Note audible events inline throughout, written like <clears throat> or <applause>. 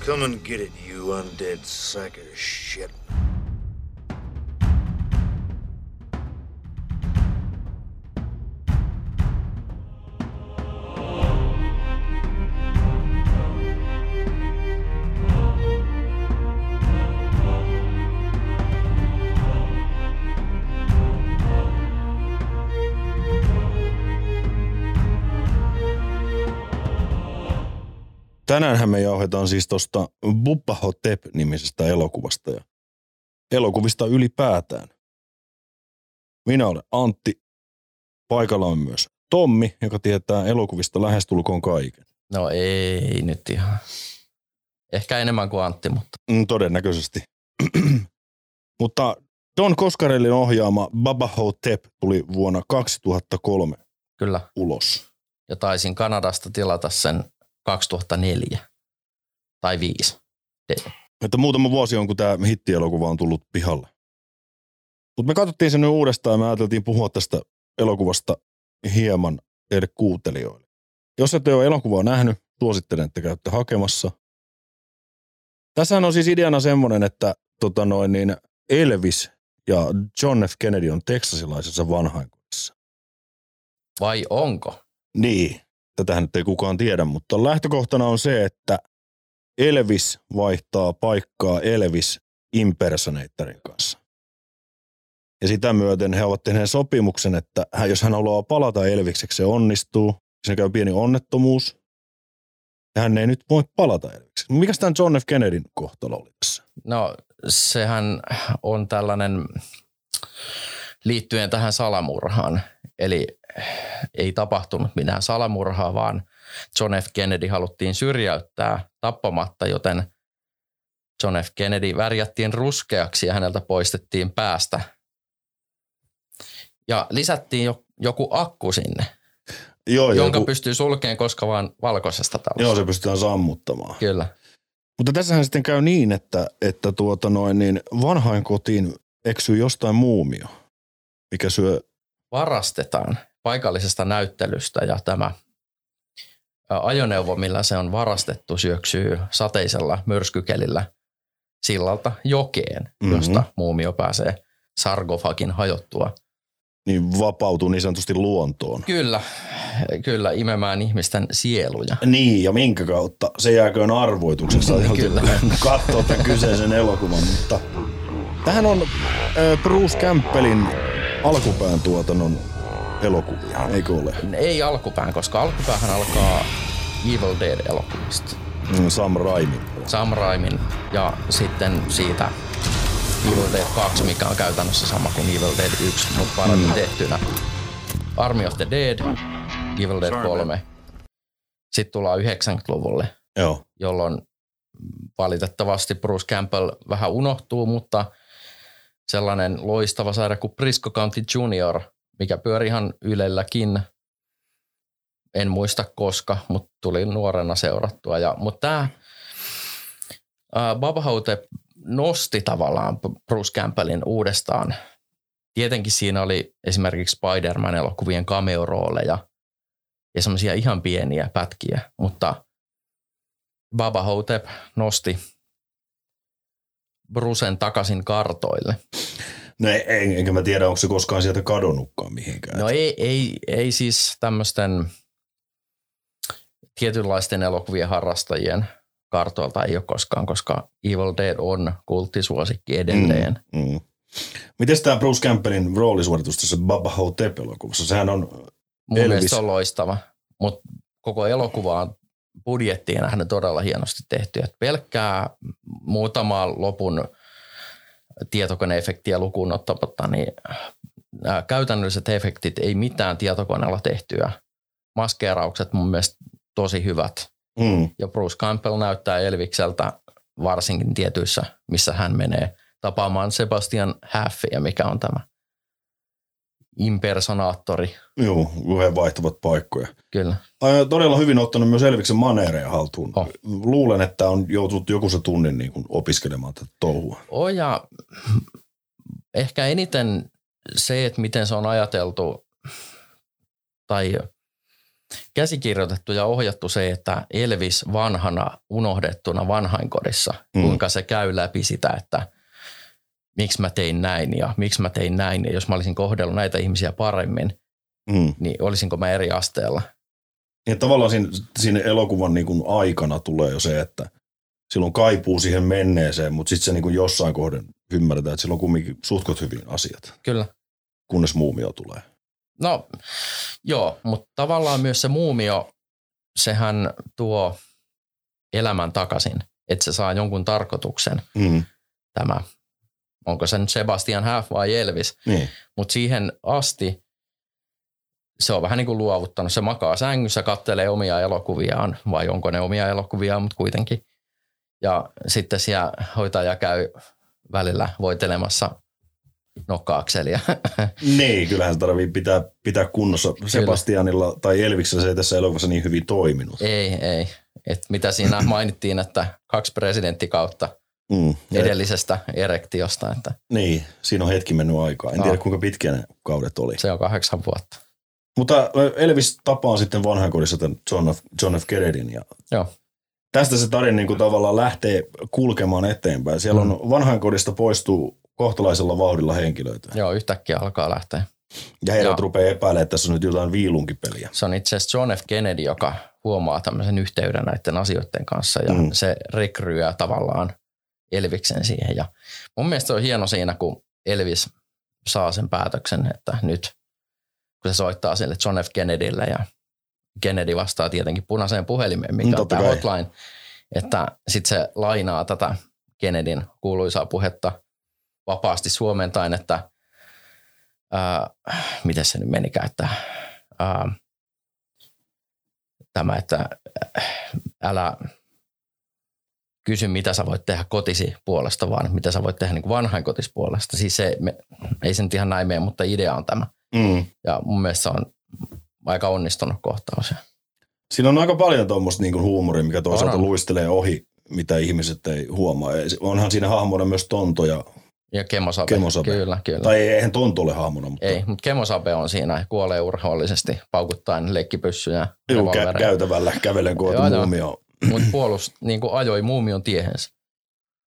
Come and get it, you undead sack of shit. Tänäänhän me jauhetaan siis tuosta Bubba Hotep-nimisestä elokuvasta ja elokuvista ylipäätään. Minä olen Antti, paikalla on myös Tommi, joka tietää elokuvista lähestulkoon kaiken. No ei nyt ihan. Ehkä enemmän kuin Antti, mutta Mm, todennäköisesti. <clears throat> Mutta Don Koskarellin ohjaama Baba Hotep tuli vuonna 2003 kyllä. ulos. Ja taisin Kanadasta tilata sen 2004 tai 5. Että muutama vuosi on, kun tämä hittielokuva on tullut pihalle. Mutta me katsottiin sen nyt uudestaan ja me ajateltiin puhua tästä elokuvasta hieman teille kuuntelijoille. Jos ette ole elokuvaa nähnyt, suosittelen, että käytte hakemassa. Tässähän on siis ideana semmoinen, että tota noin, niin Elvis ja John F. Kennedy on teksasilaisessa vanhainkodissa. Vai onko? Niin, tätähän nyt ei kukaan tiedä, mutta lähtökohtana on se, että Elvis vaihtaa paikkaa Elvis Impersonatorin kanssa. Ja sitä myöten he ovat tehneet sopimuksen, että hän- jos hän haluaa palata Elvikseksi, se onnistuu. Siinä käy pieni onnettomuus. Ja Hän ei nyt voi palata Elvikseksi. Mikäs tämän John F. Kennedyn kohtalo oli tässä? No sehän on tällainen liittyen tähän salamurhaan. Eli ei tapahtunut mitään salamurhaa, vaan John F. Kennedy haluttiin syrjäyttää tappamatta, joten John F. Kennedy värjättiin ruskeaksi ja häneltä poistettiin päästä. Ja lisättiin jo, joku akku sinne, Joo, jonka joku- pystyy sulkeen koska vaan valkoisesta talosta. joo, se pystytään sammuttamaan. Kyllä. Mutta tässähän sitten käy niin, että, että tuota noin, niin vanhainkotiin eksyy jostain muumio, mikä syö, varastetaan paikallisesta näyttelystä ja tämä ä, ajoneuvo, millä se on varastettu, syöksyy sateisella myrskykelillä sillalta jokeen, Mhm. josta muumio pääsee sarkofagin hajottua. niin vapautuu niin sanotusti luontoon. Kyllä, kyllä imemään ihmisten sieluja. Niin, ja minkä kautta? Se jääköön arvoitukseksi. Kyllä. Katsoa tämän kyseisen elokuvan, mutta tähän on äh, Bruce Campbellin alkupään tuotannon elokuvia, eikö ole? Ei alkupään, koska alkupäähän alkaa Evil Dead-elokuvista. Mm, Sam Raimi. Sam Raimin ja sitten siitä Evil Dead 2, mikä on käytännössä sama kuin Evil Dead 1, mutta paremmin tehtynä. Army of the Dead, Evil Dead 3. Sitten tullaan 90-luvulle, Joo. jolloin valitettavasti Bruce Campbell vähän unohtuu, mutta sellainen loistava sarja kuin Prisco County Junior, mikä pyöri ihan ylelläkin, en muista koska, mutta tuli nuorena seurattua. Ja, mutta tämä Babhaute nosti tavallaan Bruce Campbellin uudestaan. Tietenkin siinä oli esimerkiksi Spider-Man-elokuvien cameo-rooleja ja semmoisia ihan pieniä pätkiä, mutta – Baba Hotep nosti Brusen takaisin kartoille. No ei, en- enkä mä tiedä, onko se koskaan sieltä kadonnutkaan mihinkään. No ei, ei, ei siis tämmöisten tietynlaisten elokuvien harrastajien kartoilta ei ole koskaan, koska Evil Dead on kulttisuosikki edelleen. Mm. Mm. Miten tämä Bruce Campbellin roolisuoritus tässä Baba Hotep-elokuvassa? Sehän on, Mun Elvis. mielestä se on loistava, mutta koko elokuva on budjettiin nähden todella hienosti tehty. Et pelkkää muutamaa lopun tietokoneefektiä lukuun ottamatta, niin nämä käytännölliset efektit ei mitään tietokoneella tehtyä. Maskeeraukset mun mielestä tosi hyvät. mm, Ja Bruce Campbell näyttää Elvikseltä varsinkin tietyissä, missä hän menee tapaamaan Sebastian Haffia, mikä on tämä impersonaattori. juu, kun he vaihtavat paikkoja. Kyllä. Ai, Todella hyvin ottanut myös Elviksen maneereja haltuun. Oh. Luulen, että on joutunut joku se tunnin niin kuin opiskelemaan tätä touhua. Oo ja ehkä eniten se, että miten se on ajateltu tai käsikirjoitettu ja ohjattu se, että Elvis vanhana unohdettuna vanhainkodissa, Mm. mm. kuinka se käy läpi sitä, että miksi mä tein näin ja miksi mä tein näin ja jos mä olisin kohdellut näitä ihmisiä paremmin, Mm. niin olisinko mä eri asteella. Ja tavallaan siinä, siinä elokuvan niin kuin aikana tulee jo se, että silloin kaipuu siihen menneeseen, mutta sitten se niin kuin jossain kohden ymmärretään, että silloin on kumminkin suhtkot hyvin asiat, Kyllä. kunnes muumio tulee. No joo, mutta tavallaan myös se muumio, sehän tuo elämän takaisin, että se saa jonkun tarkoituksen Mm. tämä, onko se nyt Sebastian Haff vai Elvis, Niin. mutta siihen asti se on vähän niin kuin luovuttanut. Se makaa sängyssä, kattelee omia elokuviaan, vai onko ne omia elokuviaan, mutta kuitenkin. Ja sitten siellä hoitaja käy välillä voitelemassa nokkaakselia. Niin, kyllähän se tarvii pitää, pitää kunnossa. Sebastianilla tai Elviksellä se ei tässä elokuvassa niin hyvin toiminut. Ei, ei. Et mitä siinä <laughs> mainittiin, että kaksi presidenttikautta Mm. Ja, edellisestä erektiosta, että niin, siinä on hetki mennyt aikaa. En Ah. tiedä kuinka pitkiä ne kaudet oli. se on kahdeksan vuotta. Mutta Elvis tapaa sitten vanhainkodissa tämän John F. John F. Kennedyn ja Joo. tästä se tarina niin kuin tavallaan lähtee kulkemaan eteenpäin. Siellä on Mm. vanhainkodista poistuu kohtalaisella vauhdilla henkilöitä. Joo, yhtäkkiä alkaa lähteä. Ja heidät Joo. rupeaa epäilemään, että tässä on nyt jotain viilunkipeliä. Se on itse asiassa John F. Kennedy, joka huomaa tämmöisen yhteyden näiden asioiden kanssa ja Mm. mm. se rekryää tavallaan Elviksen siihen. Ja mun mielestä se on hieno siinä, kun Elvis saa sen päätöksen, että nyt kun se soittaa sille John F. Kennedylle ja Kennedy vastaa tietenkin punaiseen puhelimeen, Mm, mikä on totta tämä kai. hotline, että sitten se lainaa tätä Kennedyn kuuluisaa puhetta vapaasti suomentain, että ää, miten se nyt menikään, että ää, tämä, että äh, älä kysy, mitä sä voit tehdä kotisi puolesta, vaan mitä sä voit tehdä niin vanhainkotis puolesta. Siis se, me, ei se nyt ihan näin mene, mutta idea on tämä. Mm. Ja mun mielestä se on aika onnistunut kohtaus. Siinä on aika paljon tuommoista niin kuin huumoria, mikä toisaalta On, on. luistelee ohi, mitä ihmiset ei huomaa. Ei se- Onhan siinä hahmona myös tontoja. Ja Kemosabe. Kemosabe. Kyllä, kyllä. Tai... Tai eihän tonto ole hahmona, mutta Ei, mutta Kemosabe on siinä ja kuolee urhoollisesti paukuttaen leikkipyssyjä. Juu, kä- käytävällä kävelen Joo, kohti joo. muumioon. Mutta puolus niin kuin ajoi muumion tiehensä.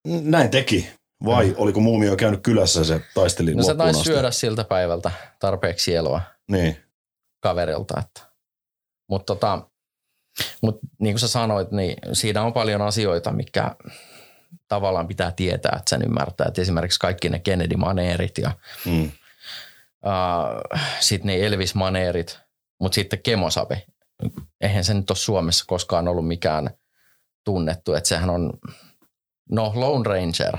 Näin teki. Vai oliko muumio käynyt kylässä ja se taisteli No se loppuun taisi asti? syödä siltä päivältä tarpeeksi eloa. Niin. kaverilta. Että. Mutta tota, mut niin kuin sä sanoit, niin siinä on paljon asioita, mikä tavallaan pitää tietää, että sen ymmärtää. Et esimerkiksi kaikki ne Kennedy-maneerit ja Mm. äh, sitten ne Elvis-maneerit, mutta sitten kemosabe. Eihän se nyt ole Suomessa koskaan ollut mikään tunnettu, että sehän on, no Lone Ranger,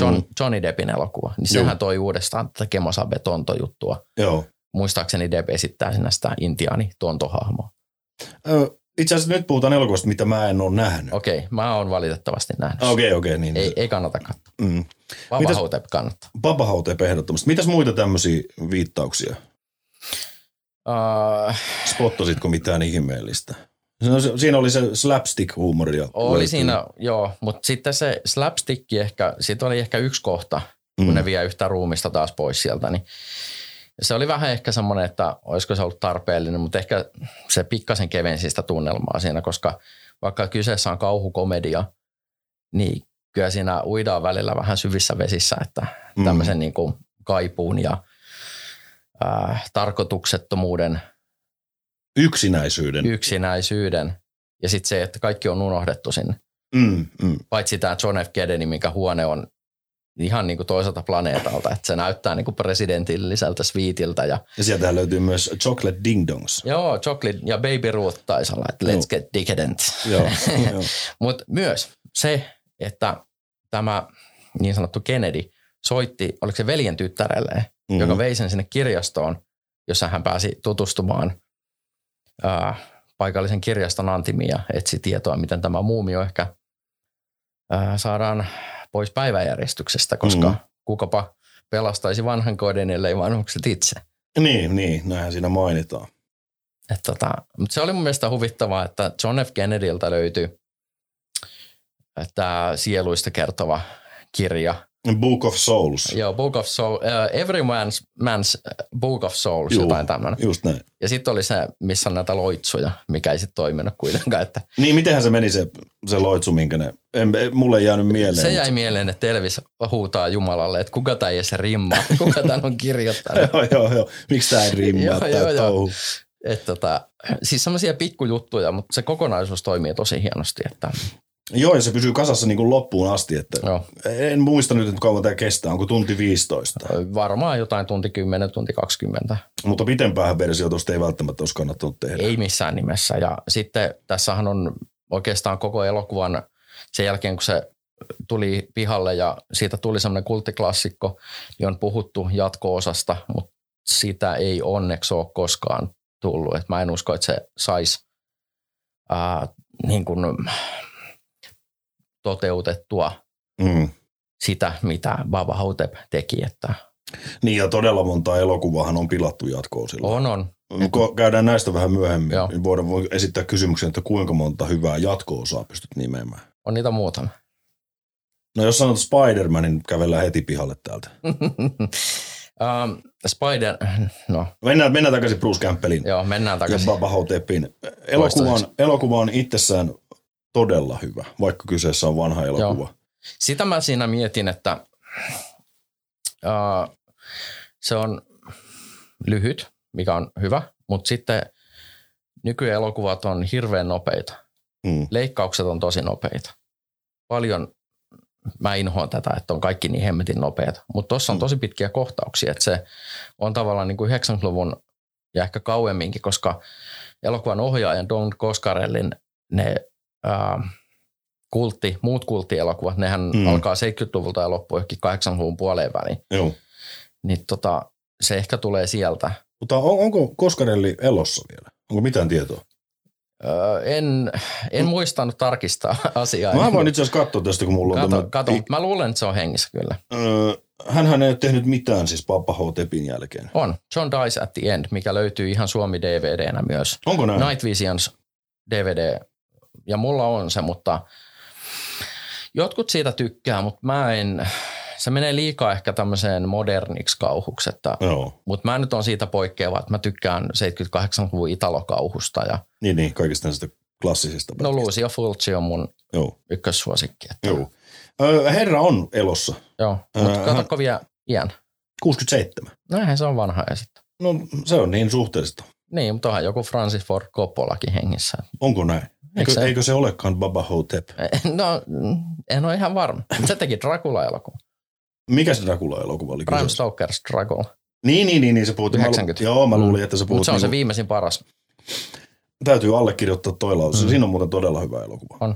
John, Mm. Johnny Deppin elokuva, niin Juu. sehän toi uudestaan tätä kemosabe-tontojuttua Joo. muistaakseni Deb esittää sinä sitä intiaani tontohahmoa. Ö, Itse asiassa nyt puhutaan elokuvasta, mitä mä en ole nähnyt. Okei, okay, mä oon valitettavasti nähnyt. Okei, okei, okay, niin. Ei, ei kannata katsoa. Mm. Mitäs- Vavahotep kannattaa. Babahotep ehdottomasti. Mitäs muita tämmöisiä viittauksia? Uh, Spottasitko mitään ihmeellistä? No, se- siinä oli se slapstick-huumoria. oli löytyi. siinä, joo, mutta sitten se slapstick ehkä, siitä oli ehkä yksi kohta, kun Mm. ne vie yhtä ruumista taas pois sieltä, niin se oli vähän ehkä semmoinen, että olisiko se ollut tarpeellinen, mutta ehkä se pikkasen kevensi sitä tunnelmaa siinä, koska vaikka kyseessä on kauhukomedia, niin kyllä siinä uidaan välillä vähän syvissä vesissä, että Mm. tämmöisen niin kuin kaipuun ja äh, tarkoituksettomuuden, Yksinäisyyden. yksinäisyyden ja sitten se, että kaikki on unohdettu sinne. mm, mm. Paitsi tämä John F. Kennedy, minkä huone on ihan niin kuin toiselta planeetalta, että se näyttää niin kuin presidentilliseltä sviitiltä ja Ja sieltähän löytyy myös Chocolate Ding Dongs. joo, chocolate ja baby Ruth taisi olla, että Joo. let's get decadent. <laughs> Joo. Joo. Mutta myös se, että tämä niin sanottu Kennedy soitti, oliko se veljen tyttärelleen, Mm. mm-hmm. joka vei sen sinne kirjastoon, jossa hän pääsi tutustumaan ää, paikallisen kirjaston antimiin ja etsi tietoa, miten tämä muumio ehkä ää, saadaan pois päiväjärjestyksestä, koska Mhm. mm-hmm. kukapa pelastaisi vanhan kodin, ellei vanhukset itse. Niin, niin, näinhän siinä mainitaan. Et tota, mutta se oli mun mielestä huvittavaa, että John F. Kennedyltä löytyi tämä sieluista kertova kirja, Book of Souls. Joo, Book of Souls, uh, Every Man's, Man's Book of Souls, Juu. Juu. jotain tämmöinen. Just näin. Ja sitten oli se, missä on näitä loitsuja, mikä ei sitten toiminut kuitenkaan. Että Niin, mitenhän se meni se, se loitsu, minkä ne, en, en- mulle ei jäänyt mieleen. se jäi mutta- mieleen, että Elvis huutaa Jumalalle, että kuka tämä edes rimmaa, <laughs> kuka tämän on kirjoittanut. <laughs> joo, joo, joo. Miksi tää ei rimmaa Joo, tää joo, joo. touhu? Et tota, siis semmoisia pikkujuttuja, mutta se kokonaisuus toimii tosi hienosti. Että, no, Joo, ja se pysyy kasassa niin kuin loppuun asti. Että e- joo, en muista nyt, että kauan tämä kestää, onko tunti 15. varmaan jotain tunti 10, tunti 20. Mutta pitempään versio tuosta ei välttämättä olisi kannattanut tehdä. Ei missään nimessä. Ja sitten tässähän on oikeastaan koko elokuvan sen jälkeen, kun se tuli pihalle ja siitä tuli semmoinen kulttiklassikko, niin on puhuttu jatko-osasta, mutta sitä ei onneksi ole koskaan tullut. Et mä en usko, että se saisi äh, niin kuin toteutettua Mm. sitä, mitä Baba Hotep teki. Että Niin, ja todella monta elokuvahan on pilattu jatkoon sillä. on, on. Ko- Käydään näistä vähän myöhemmin. Joo. Niin Voidaan voi esittää kysymyksen, että kuinka monta hyvää jatko-osaa pystyt nimeämään. On niitä muutama. <laughs> No jos sanot Spider-Manin, kävellään heti pihalle täältä. um, Spider, no Mennään, mennään takaisin Bruce Campbellin joo, mennään ja takaisin. Baba Hotepin. Elokuva on, elokuva on itsessään todella hyvä, vaikka kyseessä on vanha elokuva. Sitä mä siinä mietin, että uh, se on lyhyt, mikä on hyvä, mutta sitten nykyelokuvat on hirveän nopeita. Mm. Leikkaukset on tosi nopeita. Paljon mä inhoan tätä, että on kaikki niin hemmetin nopeita. Mutta tuossa on Mm. tosi pitkiä kohtauksia, että se on tavallaan niin kuin 90-luvun ja ehkä kauemminkin, koska elokuvan ohjaajan Don Coscarellin ne ää, kultti, muut kulttielokuvat, nehän Mm. mm. alkaa 70-luvulta ja loppuu ehkä 80-luvun puoleen väliin. Joo. Niin tota, se ehkä tulee sieltä. Mutta on, onko Koskarelli elossa vielä? Onko mitään tietoa? Öö, en, en mm. muistanut tarkistaa <laughs> asiaa. Mä voin itse asiassa katsoa tästä, kun mulla on Kato, tämä... kato. Mä luulen, että se on hengissä kyllä. Öö, hänhän ei ole tehnyt mitään siis Papa Hotepin jälkeen. On. John Dies at the End, mikä löytyy ihan Suomi DVDnä myös. Onko näin? Night Visions DVD. Ja mulla on se, mutta jotkut siitä tykkää, mutta mä en, se menee liikaa ehkä tämmöiseen moderniksi kauhuksi, että, Joo. mutta mä nyt on siitä poikkeava, että mä tykkään 78-luvun italokauhusta ja Niin, niin, kaikista sitä klassisista. no pätkistä. Lucio Fulci on mun Joo. ykkössuosikki. Että, Joo. Öö, herra on elossa. Joo, mutta Äh, katsokko vielä iän. 67. No eihän se on vanha ja sitten. No se on niin suhteellista. Niin, mutta onhan joku Francis Ford Coppolakin hengissä. Onko näin? Eikö, se- eikö se olekaan Baba Hotep? No, en ole ihan varma. Se teki Dracula-elokuva. Mikä se Dracula-elokuva oli? Prime kyseessä? Stoker's Dracula. Niin, niin, niin, niin se puhuttiin. 90. Mä, lu- joo, mä luulin, että se puhut. Mutta Mm. se on se niinku- viimeisin paras, Täytyy allekirjoittaa toi lause. Mm. Mm. Siinä on muuten todella hyvä elokuva.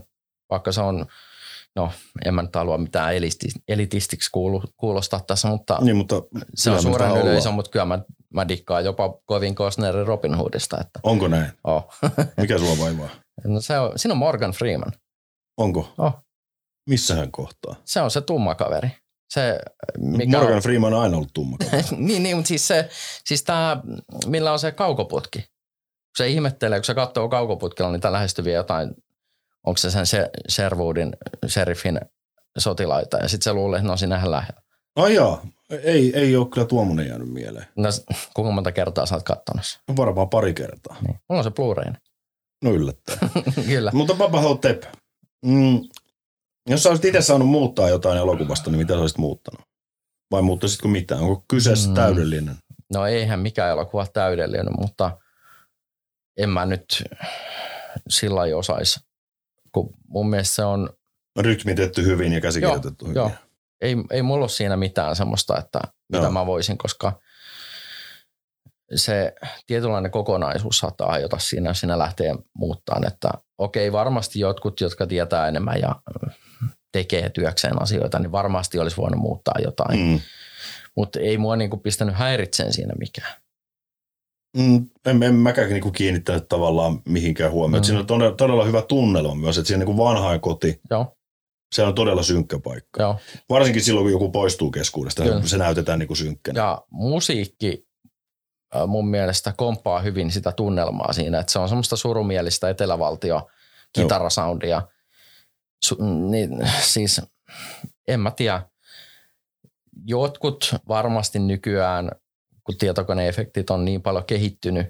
vaikka se on, no en mä nyt halua mitään elisti, elitistiksi kuulu, kuulostaa tässä, mutta Niin, mutta se kyllä on me suuren täällä yleisö, ollaan. mutta kyllä mä, mä dikkaan jopa Kovin Costnerin Robin Hoodista. Että, Onko näin? oh. Mikä sua vaivaa? no, se on, siinä on Morgan Freeman. Onko? Oh. Missähän kohtaa? Se on se tumma kaveri. Se, mikä Mikä Morgan Freeman on aina ollut tumma. On, niin, niin, mutta siis, se, siis tämä, millä on se kaukoputki. Kun se ihmettelee, kun se katsoo kaukoputkella, niin tämä lähestyviä jotain, onko se sen se, Sherwoodin, serifin sotilaita. Ja sitten se luulee, että no, ne on siinä ihan lähellä. Ai jaa, ei, ei ole kyllä tuommoinen jäänyt mieleen. No, s- kuinka monta kertaa sä oot kattonut sen? Varmaan pari kertaa. Niin. Mulla on se Blu-ray. No <laughs> yllättäen. Kyllä. Mutta Papa Hotep, mm, jos sä olisit itse saanut muuttaa jotain elokuvasta, niin mitä sä olisit muuttanut? Vai muuttaisitko mitään? Onko kyseessä mm. Mm. täydellinen? No eihän mikään elokuva täydellinen, mutta en mä nyt sillä lailla osaisi. Kun mun mielestä se on, Rytmitetty No hyvin ja käsikirjoitettu hyvin. joo. ei, ei mulla ole siinä mitään semmoista, että mitä Joo. mä voisin, koska se tietynlainen kokonaisuus saattaa hajota siinä, jos siinä lähtee muuttaa. Että okei, varmasti jotkut, jotka tietää enemmän ja tekee työkseen asioita, niin varmasti olisi voinut muuttaa jotain. Mm. Mutta ei mua niinku pistänyt häiritseen siinä mikään. Mm, en, en mäkään niinku kiinnittänyt tavallaan mihinkään huomioon. Mm. Mm. Siinä on todella, todella hyvä tunnelma myös, että siinä niinku vanhaan koti, Joo, se on todella synkkä paikka. joo. Varsinkin silloin, kun joku poistuu keskuudesta, Kyllä. se näytetään niinku synkkänä. Ja musiikki äh, mun mielestä komppaa hyvin sitä tunnelmaa siinä, että se on semmoista surumielistä etelävaltio kitarasoundia. Su- niin, siis en mä tiedä. jotkut varmasti nykyään, kun tietokoneefektit on niin paljon kehittynyt,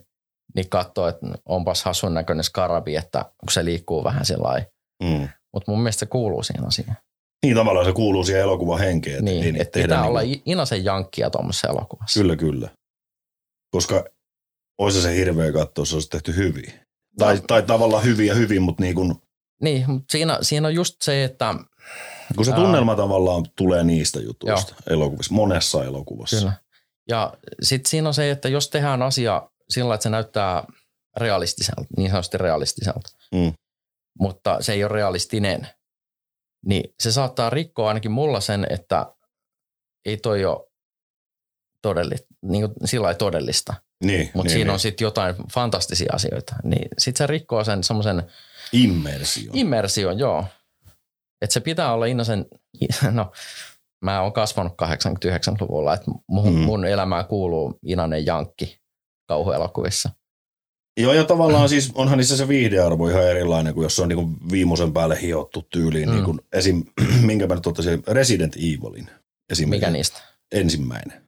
niin katsoo, että onpas hasun näköinen skarabi, että kun se liikkuu vähän sellainen. Mm. Mutta mun mielestä se kuuluu siihen asiaan. Niin tavallaan se kuuluu siihen elokuvan henkeen. että Niin, ei niitä että tehdä pitää niinku- olla i- inasen jankkia tuommoisessa elokuvassa. Kyllä, kyllä. Koska olisi se hirveä katsoa, se olisi tehty hyvin. Tai, No. tai tavallaan hyvin ja hyvin, mutta niin kun, Niin, mutta siinä, siinä on just se, että kun se Aa. tunnelma tavallaan tulee niistä jutuista elokuvissa, monessa elokuvassa. Kyllä. Ja sitten siinä on se, että jos tehdään asia sillä lailla, että se näyttää realistiselta, niin sanotusti realistiselta, Mm. mutta se ei ole realistinen, niin se saattaa rikkoa ainakin mulla sen, että ei toi ole todellista, niin kuin sillä lailla todellista, Niin, mutta niin, siinä niin. on sitten jotain fantastisia asioita. Niin sitten se rikkoo sen semmoisen immersio. immersion, joo. Että se pitää olla innosen, <laughs> no mä oon kasvanut 89-luvulla, että mun, Mm. mm. mun elämään kuuluu inanen jankki kauhuelokuvissa. Joo, ja tavallaan siis onhan niissä se viihdearvo ihan erilainen kuin jos se on niinku viimeisen päälle hiottu tyyliin. Mm. Mm. Niinku, esim, <clears throat> minkä mä nyt ottaisin, Resident Evilin Mikä niin? esimerkiksi niistä? ensimmäinen.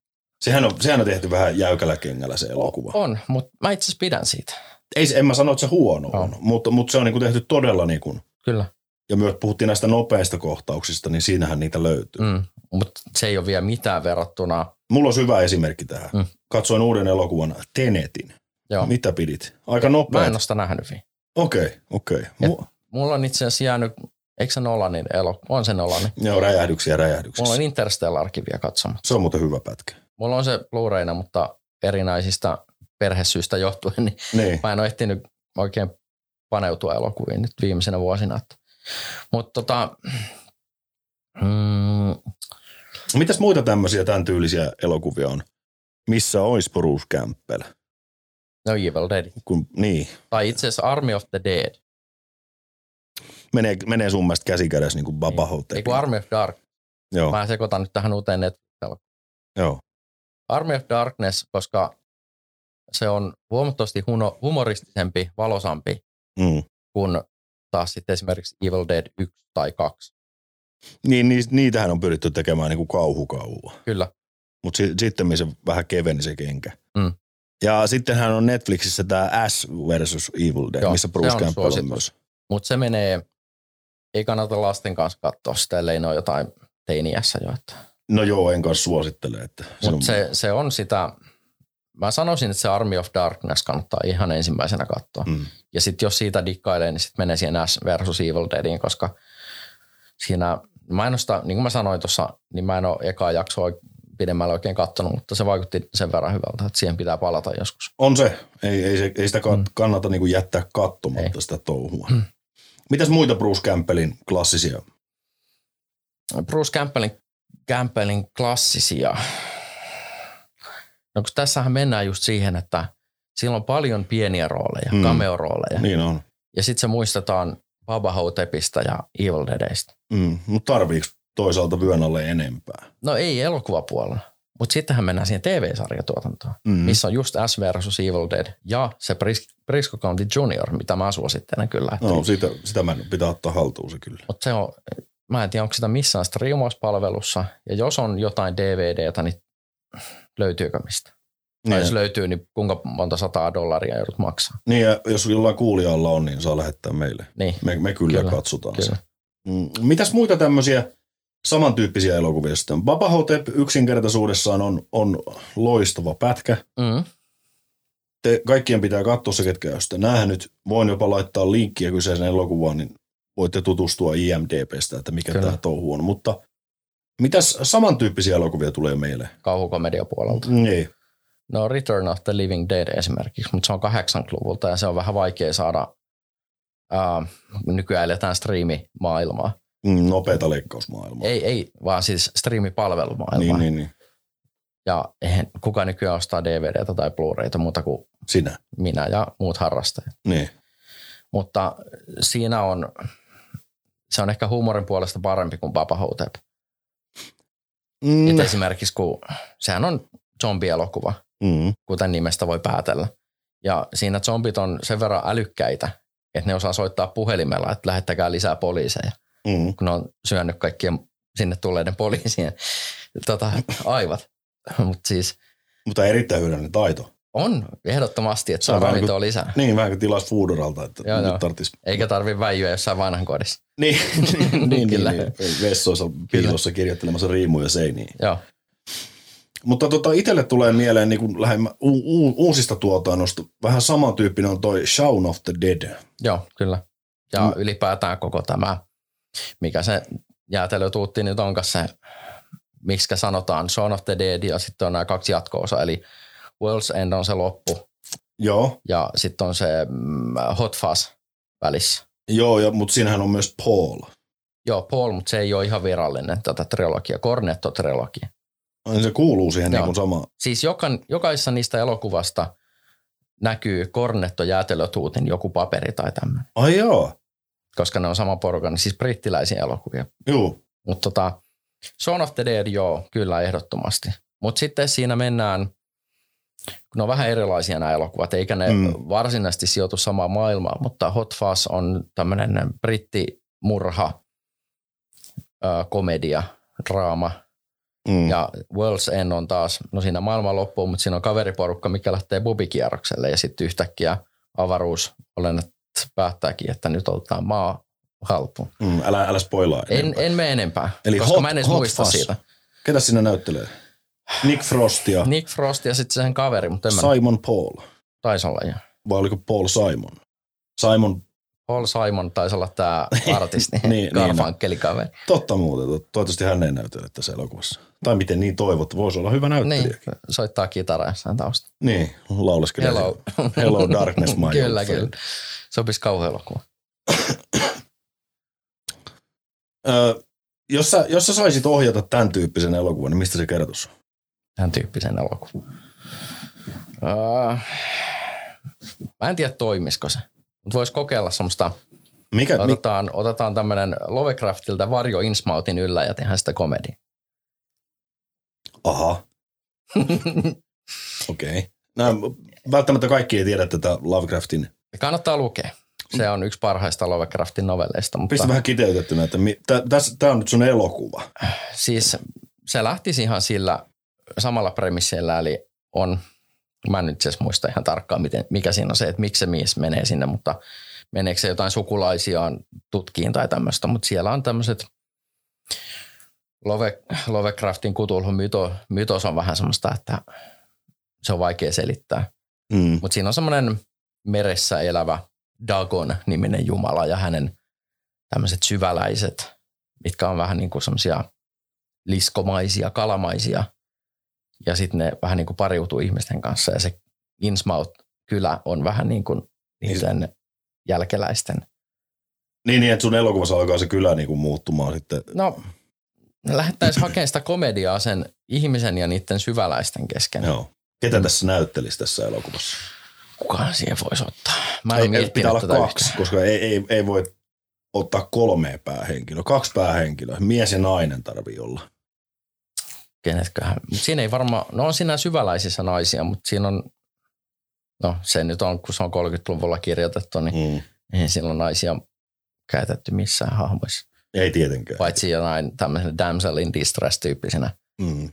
Sehän on, sehän on tehty vähän jäykällä kengällä se elokuva. On, mutta mä itse asiassa pidän siitä. Ei, se- en mä sano, että se huono Joo. on, mutta, mutta se on niinku tehty todella niin kuin, Kyllä. ja myös puhuttiin näistä nopeista kohtauksista, niin siinähän niitä löytyy. Mm. Mm. Mutta se ei ole vielä mitään verrattuna. Mulla on hyvä esimerkki tähän. Mm. Mm. Katsoin uuden elokuvan Tenetin. Joo. Mitä pidit? Aika Mä en nopeat. ole sitä nähnyt vielä. Okei, okei. Mu- Mulla on itse asiassa jäänyt, eikö se Nolanin elo? On se Nolanin. Joo, räjähdyksiä Mulla räjähdyksiä. on niin- Interstellarkin vielä katsomatta. Se on muuten hyvä pätkä. Mulla on se Blu-rayna, mutta erinäisistä perhesyistä johtuen, niin Niin. mä en ole ehtinyt oikein paneutua elokuviin nyt viimeisenä vuosina. Mutta tota, mm, Mitäs muita tämmöisiä tämän tyylisiä elokuvia on? Missä olisi Bruce Campbell? no Evil Dead. Kun, niin, Tai itse asiassa Army of the Dead. menee, menee sun mielestä käsikädessä niin kuin Baba Ei Hotep. kun Army of Dark. Joo, Mä sekoitan nyt tähän uuteen net- joo. Army of Darkness, koska se on huomattavasti huno, humoristisempi, valosampi Mm. kuin taas sitten esimerkiksi Evil Dead 1 tai 2. Niin, ni, niitähän on pyritty tekemään niin kuin kauhukauhua. Kyllä. Mutta si- sitten se vähän keveni se kenkä. Mm. Ja sittenhän on Netflixissä tämä S versus Evil Dead, Joo, Joo, missä se Bruce on Campbell on suositus. myös. Mutta se menee, ei kannata lasten kanssa katsoa sitä, ellei ne ole jotain teiniässä jo. Että. No joo, en kanssa suosittele. Että se on, Mutta se, se on sitä, mä sanoisin, että se Army of Darkness kannattaa ihan ensimmäisenä katsoa. Mm. Mm. Ja sitten jos siitä dikkailee, niin sitten menee siihen S versus Evil Deadiin, koska siinä, mä en oo sitä, niin kuin mä sanoin tuossa, niin mä en ole ekaa jaksoa pidemmällä oikein kattonut, mutta se vaikutti sen verran hyvältä, että siihen pitää palata joskus. on se. Ei, ei, se, ei sitä kat- Mm. kannata niinku jättää katsomatta ei. sitä touhua. Mm. Mm. Mitäs muita Bruce Campbellin klassisia? Bruce Campbellin, Campbellin klassisia. No kun tässähän mennään just siihen, että sillä on paljon pieniä rooleja, Mm. mm. cameo-rooleja. Niin on. Ja sitten se muistetaan Baba Hotepista ja Evil Deadistä. Mm. Mutta tarviiko toisaalta vyön alle enempää? No ei elokuvapuolella, mutta sittenhän mennään siihen TV-sarjatuotantoon, Mm. mm. missä on just S versus Evil Dead ja se Bris- Briscoe County Junior, mitä mä suosittelen kyllä. No, sitä, sitä mä en- pitää ottaa haltuun se kyllä. Mutta se on, mä en tiedä, onko sitä missään striimauspalvelussa. Ja jos on jotain DVDtä, niin löytyykö mistä? Tai Niin, jos löytyy, niin kuinka monta sataa dollaria joudut maksaa? niin, ja jos jollain kuulijalla on, niin saa lähettää meille. Niin, Me, me kyllä, kyllä Kyllä, katsotaan se. kyllä. Mm, Mitäs muita tämmöisiä samantyyppisiä elokuvia sitten? on? Babahotep yksinkertaisuudessaan on, on loistava pätkä. Mm. Te, kaikkien pitää katsoa se, ketkä on sitä nähnyt. Voin jopa laittaa linkkiä kyseiseen elokuvaan, niin voitte tutustua IMDBstä, että mikä Kyllä. tämä touhu on. Mutta mitäs samantyyppisiä elokuvia tulee meille? Kauhukomediapuolelta. Niin. No Return of the Living Dead esimerkiksi, mutta se on 80-luvulta ja se on vähän vaikea saada. Uh, nykyään eletään striimimaailmaa. Mm, Nopeata leikkausmaailmaa. Ei, ei, vaan siis striimipalvelumaailmaa. niin, niin, niin. Ja eihän kuka nykyään ostaa DVDtä tai Blu-rayta muuta kuin Sinä. minä ja muut harrastajat. Niin. Mutta siinä on, se on ehkä huumorin puolesta parempi kuin Papa Hotep. Mm. Et esimerkiksi kun, sehän on zombielokuva, Mm. kuten nimestä voi päätellä. Ja siinä zombit on sen verran älykkäitä, että ne osaa soittaa puhelimella, että lähettäkää lisää poliiseja, Mm. kun ne on syönyt kaikkien sinne tulleiden poliisien tota, aivot. Mutta siis Mutta erittäin hyödyllinen taito. on ehdottomasti, että Se saa on vähän ravintoa lisää. Niin, vähän kuin tilas Foodoralta, että Joo, joo, nyt joo. joo. tarttis... <laughs> Eikä tarvi väijyä jossain vanhan kodissa. <laughs> Niin, niin, niin, Kyllä. niin, vessoissa piilossa kirjoittelemassa riimuja seiniin. Joo. Mutta tota, itselle tulee mieleen niin kuin lähemmä, u, u, uusista tuotannosta vähän samantyyppinen on toi Shaun of the Dead. Joo, kyllä. Ja mm. ylipäätään koko tämä, mikä se jäätelötuutti nyt onkaan se, miksi sanotaan Shaun of the Dead ja sitten on nämä kaksi jatko-osaa, eli World's End on se loppu Joo, ja sitten on se mm, Hot Fuzz välissä. joo ja, mutta siinähän on myös Paul. Joo, Paul, mutta se ei ole ihan virallinen tätä trilogia, Cornetto-trilogia. Ai, Se kuuluu siihen Joo. niin kuin sama. Siis jokan, jokaisessa niistä elokuvasta näkyy Cornetto jäätelötuutin joku paperi tai tämmöinen, Ai joo, koska ne on sama porukan, siis brittiläisiä elokuvia. joo. Mutta tota, Shaun of the Dead, joo, kyllä ehdottomasti. Mutta sitten siinä mennään, kun ne on vähän erilaisia nämä elokuvat, eikä ne mm. Mm. varsinaisesti sijoitu samaan maailmaan, mutta Hot Fuzz on tämmöinen brittimurha, ö, komedia, draama. Mm. Ja World's End on taas, no siinä maailman loppuun, mutta siinä on kaveriporukka, mikä lähtee bobikierrokselle ja sitten yhtäkkiä avaruus olennet päättääkin, että nyt otetaan maa haltuun. Mm, älä, älä spoilaa. En, enempää. en mene enempää, Eli Eli koska hot, hot- mä en edes hot muista fuzz. siitä. Ketä sinä näyttelee? Nick Frost ja Nick Frost ja sitten sen kaveri, mutta en mä Sai- Simon Paul. taisi olla jo. Vai oliko Paul Simon? Simon, Paul Simon taisi olla tämä <laughs> artisti, Niin, niin. Garfunkelin kaveri. totta muuten. to- Toivottavasti hän ei näytele tässä elokuvassa. Tai miten niin toivot, voisi olla hyvä näyttelijä. Niin, soittaa kitaraa jossain taustalla. Niin, lauleskelee. Hello. Hello <laughs> darkness, my old Kyllä, friend. kyllä. Sopisi kauhean elokuva. Ö, jos, sä, jos sä saisit ohjata tämän tyyppisen elokuvan, niin mistä se kertoisi? Tämän tyyppisen elokuvan. Uh, mä en tiedä toimisiko se, mutta voisi kokeilla semmoista, Mikä, mi, otetaan, otetaan tämmöinen Lovecraftilta varjo Insmoutin yllä ja tehdään sitä komedia. <laughs> aha, okei. Okay. Nämä, välttämättä kaikki ei tiedä tätä Lovecraftin. Kannattaa lukea. Se on yksi parhaista Lovecraftin novelleista. Mutta... Pistä vähän kiteytettynä, että tämä on nyt sun elokuva. siis se lähtisi ihan sillä samalla premissillä, eli on, mä en nyt siis muista ihan tarkkaan, miten, mikä siinä on se, että miksi se mies menee sinne, mutta meneekö se jotain sukulaisiaan tutkiin tai tämmöistä, mutta siellä on tämmöiset Love, Lovecraftin kutulhun myto, mytos on vähän semmoista, että se on vaikea selittää. Mm. Mutta siinä on semmoinen meressä elävä Dagon-niminen jumala ja hänen tämmöiset syväläiset, mitkä on vähän niin kuin semmoisia liskomaisia, kalamaisia. Ja sitten ne vähän niin kuin pariutuu ihmisten kanssa ja se Innsmouth-kylä on vähän niin kuin niiden jälkeläisten. Niin, niin, että sun elokuvassa alkaa se kylä niin kuin muuttumaan sitten. No, <clears throat> lähettäisiin hakemaan sitä komediaa sen ihmisen ja niiden syväläisten kesken. Joo. Mm. Ketä tässä näyttelisi tässä elokuvassa? Kukaan siihen voisi ottaa? Mä en Ei, ole ei, pitää miettinyt olla tätä kaksi, yhtään. koska ei, ei, ei voi ottaa kolmea päähenkilöä. Kaksi päähenkilöä. Mies ja nainen tarvii olla. kenetköhän. Mut siinä ei varmaan, no on siinä syväläisissä naisia, mutta siinä on, no se nyt on, kun se on 30-luvulla kirjoitettu, niin Mm. ei silloin naisia käytetty missään hahmoissa. Ei tietenkään. Paitsi jonain tämmöisenä damsel in distress tyyppisenä. Mm. <clears throat>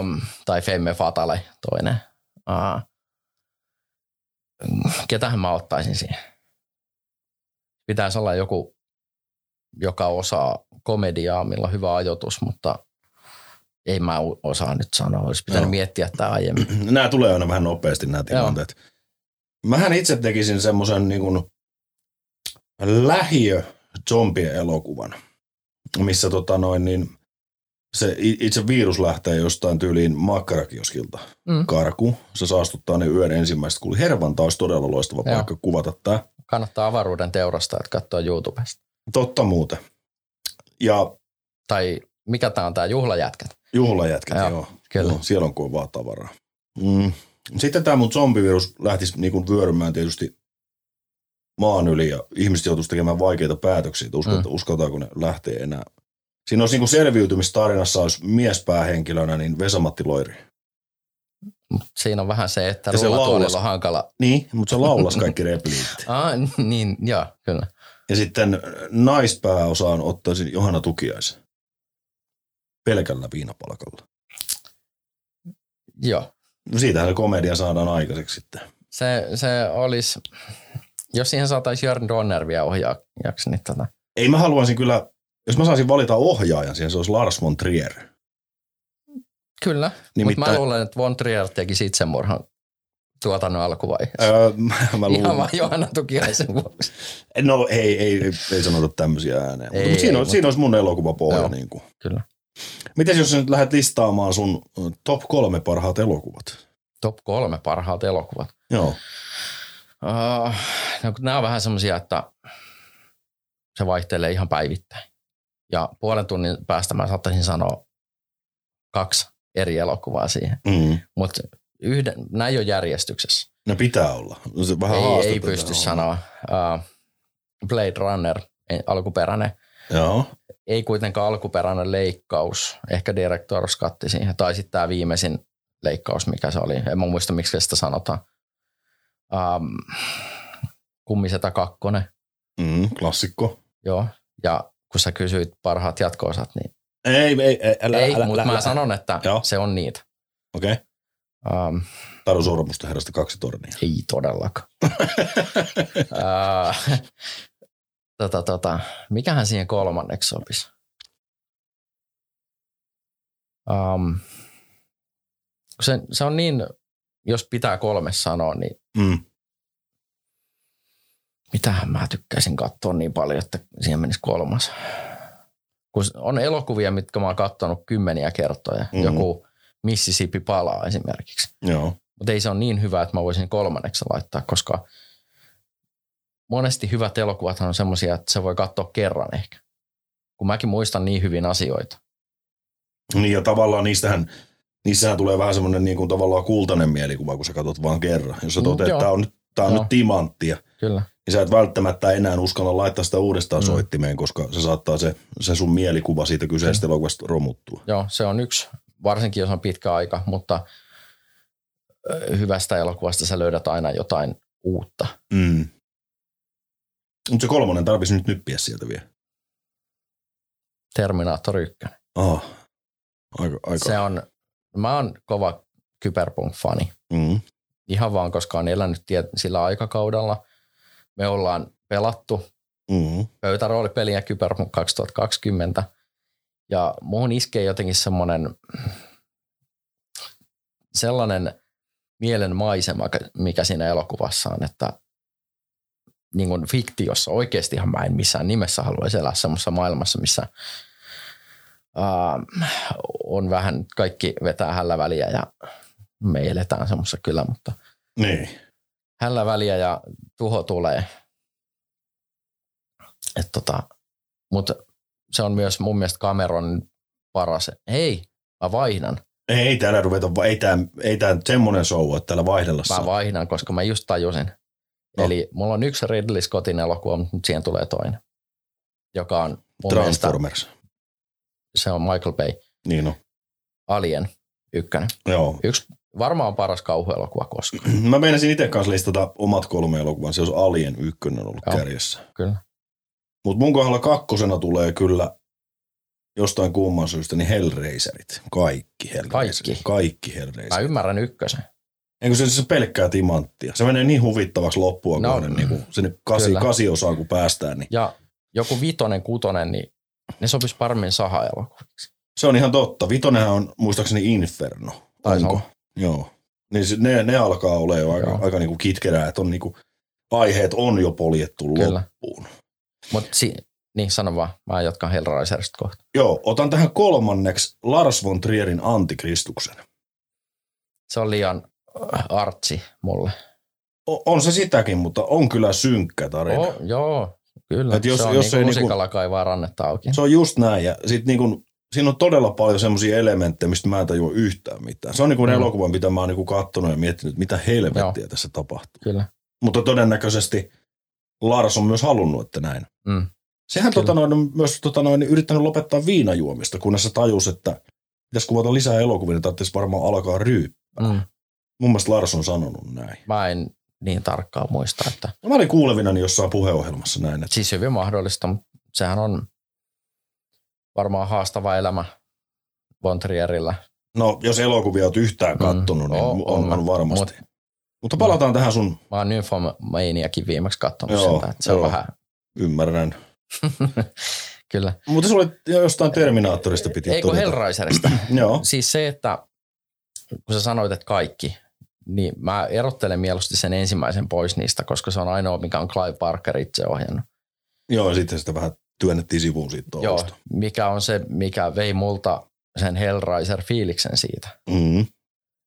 Um, tai femme fatale toinen. Uh, ketähän mä ottaisin siihen? Pitäisi olla joku, joka osaa komediaa, millä on hyvä ajoitus, mutta ei mä u- osaa nyt sanoa. Olisi pitänyt Joo. miettiä tämä aiemmin. Nämä tulee aina vähän nopeasti nämä tilanteet. Mähän itse tekisin semmoisen niin kuin lähiö zombielokuvan, missä tota noin niin se i- itse virus lähtee jostain tyyliin makkarakioskilta Mm. mm. karku. Se saastuttaa ne yön ensimmäiset kuuli. Hervanta olisi todella loistava Joo. Joo. paikka kuvata tämä. Kannattaa avaruuden teurasta, että katsoa YouTubesta. Totta muuten. Ja Tai mikä tämä on tämä juhlajätkät? juhlajätkät, Joo, joo. joo. kyllä. Joo, siellä on kovaa tavaraa. Mm. Sitten tämä mun zombivirus lähtisi niinku vyörymään tietysti maan yli ja ihmiset joutuisi tekemään vaikeita päätöksiä, että uskalt, mm. uskaltaako ne lähtee enää. Siinä olisi niinku selviytymistarinassa olisi miespäähenkilönä niin Vesamatti Loiri. Siinä on vähän se, että Ja se rullatuolilla laulas. on hankala. Niin, mutta se laulas kaikki <laughs> repliitti. Ah, niin, joo, kyllä. Ja sitten naispääosaan ottaisin Johanna Tukiaisen. pelkällä viinapalkalla. Joo. No Siitähän komedia saadaan aikaiseksi sitten. Se, se olisi, jos siihen saataisiin Jörn Donner vielä ohjaajaksi, niin tota, Ei mä haluaisin kyllä, jos mä saisin valita ohjaajan siihen, se olisi Lars von Trier. kyllä. Mutta Nimittäin, mä luulen, että Von Trier tekisi itsemurhan tuotannon alkuvaiheessa. öö, mä, mä Ihan luulen. vaan Johanna Tukiaisen vuoksi. No ei, ei, ei, ei sanota tämmöisiä ääneen. Ei, Ei, mutta, mut siinä, ei, on, siinä olisi mun elokuvapohja. Joo. Niin kuin. Kyllä. Mites jos sä nyt lähdet listaamaan sun ö, top kolme parhaat elokuvat? Top kolme parhaat elokuvat. Joo. Uh, no, kun nämä on vähän semmoisia, että se vaihtelee ihan päivittäin. Ja puolen tunnin päästä mä saattaisin sanoa kaksi eri elokuvaa siihen. Mm. Mutta yhden, näin ei ole järjestyksessä. No pitää olla. No Se vähän ei, ei haastetaan. pysty sanoa. Uh, Blade Runner, en- alkuperäinen. Joo. Ei kuitenkaan alkuperäinen leikkaus. Ehkä Director's Cut siihen. Tai sitten tämä viimeisin leikkaus, mikä se oli. En mä muista, miksi sitä sanotaan. Um, Kummiseta kakkonen. Mm, klassikko. Joo, ja kun sä kysyit parhaat jatko-osat, niin Ei, ei, ei älä, ei, älä, mutta älä, mä älä. sanon, että Joo. Joo. se on niitä. Okei. Okay. Um, Taru sormusta herrasta kaksi tornia. <laughs> ei todellakaan. uh, <laughs> tota, tota, mikähän siihen kolmanneksi sopisi? Um, se, se on niin, jos pitää kolme sanoa, niin mm. mitähän mä tykkäisin katsoa niin paljon, että siihen menisi kolmas. Kun on elokuvia, mitkä mä oon katsonut kymmeniä kertoja. Mhm. Mm-hmm. Joku Mississippi palaa esimerkiksi. Joo. Mutta ei se ole niin hyvä, että mä voisin kolmanneksi laittaa, koska monesti hyvät elokuvathan on semmoisia, että se voi katsoa kerran ehkä. Kun mäkin muistan niin hyvin asioita. Niin ja tavallaan niistähän, niissähän tulee vähän semmoinen niin kuin tavallaan kultainen mielikuva, kun sä katsot vaan kerran. Jos sä Mm, toteat, joo. että tää on, nyt, tää on Joo. nyt timanttia, Kyllä. niin sä et välttämättä enää uskalla laittaa sitä uudestaan Mm. soittimeen, koska se saattaa se, se sun mielikuva siitä kyseisestä elokuvasta romuttua. Joo, se on yksi, varsinkin jos on pitkä aika, mutta ö, hyvästä elokuvasta sä löydät aina jotain uutta. Mm. Mutta se kolmonen tarvitsisi nyt nyppiä sieltä vielä. Terminaattori 1. Aha. Aika, aika. Se on, mä oon kova kyberpunk-fani. Mm. Ihan vaan, koska on elänyt tie- sillä aikakaudella. Me ollaan pelattu Mm. pöytäroolipeliä Cyberpunk 2020. Ja muuhun iskee jotenkin semmoinen sellainen mielen maisema, mikä siinä elokuvassa on, että niin kuin fiktiossa oikeastihan mä en missään nimessä haluaisi elää semmoisessa maailmassa, missä uh, on vähän, kaikki vetää hällä väliä ja me eletään semmoisessa kyllä, mutta Niin. hällä väliä ja tuho tulee. Et tota, Mutta se on myös mun mielestä Cameron paras. Hei, mä vaihdan. Ei, ei täällä ruveta, va- ei tää, ei tää nyt semmonen show, että täällä vaihdella Mä saa. vaihdan, koska mä just tajusin. No. No. Eli mulla on yksi Ridley Scottin elokuva, mutta nyt siihen tulee toinen, joka on mun mielestä, Transformers. se on Michael Bay, Niin on. Alien ykkönen. Joo. Yksi varmaan paras kauhuelokuva koskaan. <clears throat> Mä meinasin itse kanssa listata omat kolme elokuvan, se olisi Alien ykkönen ollut Joo. kärjessä. Kyllä. Mutta mun kohdalla kakkosena tulee kyllä jostain kumman syystä, niin Hellraiserit. Kaikki Hellraiserit. Kaikki Kaikki? Mä Hellraiserit. ymmärrän ykkösen. Eikö se, se pelkkää timanttia? Se menee niin huvittavaksi loppua no, No, kohden, niin kuin sinne kasi, kyllä. kasi osaa kun päästään. Niin. Ja joku vitonen, kutonen, niin ne sopisi paremmin saha-elokuviksi. Se on ihan totta. Vitonenhän on muistaakseni Inferno. Tai se Onko? on. Joo. Niin se- ne, ne alkaa olla jo aika, Joo. aika niinku kitkerää, että on niinku, aiheet on jo poljettu Kyllä. loppuun. Mutta si- niin, sano vaan. Mä jatkan Hellraiserista kohta. Joo, otan tähän kolmanneksi Lars von Trierin Antikristuksen. Se on liian äh, artsi mulle. O- on se sitäkin, mutta on kyllä synkkä tarina. Oh, joo, kyllä. Et jos- Jos, se on jos jos niinku ei ei niinku- lusikalla kaivaa rannetta auki. Se on just näin. Ja sit niinku, siinä on todella paljon semmoisia elementtejä, mistä mä en tajua yhtään mitään. Se on niinku mm. Mm. elokuvan, mitä mä oon niinku kattonut ja miettinyt, mitä helvettiä Joo. tässä tapahtuu. Kyllä. Mutta todennäköisesti Lars on myös halunnut, että näin Mm. Sehän Kyllä. tota noin, on myös tota noin, yrittänyt lopettaa viinajuomista, kunnes se tajus, että pitäisi kuvata lisää elokuvia, että pitäisi varmaan alkaa ryy. Mm. Mun mielestä Lars on sanonut näin. Mä en niin tarkkaan muista. Että, No, mä olin kuulevinani jossain puheohjelmassa näin, että siis hyvin mahdollista, mutta sehän on varmaan haastava elämä Vontrierillä. No, jos elokuvia oot yhtään kattonut, mm, niin on, on, on varmasti. Mut, Mutta palataan tähän sun, Mä oon Nymphomaniakin viimeksi katsonut Joo, sitä. että Se on joo. vähän, ymmärrän. kyllä. Mutta sulla oli jostain Terminaattorista piti Eikö todeta. Hellraiserista? Joo, siis se, että kun sä sanoit, että kaikki, niin mä erottelen mieluusti sen ensimmäisen pois niistä, koska se on ainoa, mikä on Clive Barker itse ohjannut. joo, ja sitten sitä vähän työnnettiin sivuun siitä Joo, touhusta. mikä on se, mikä vei multa sen Hellraiser-fiiliksen siitä, Mm,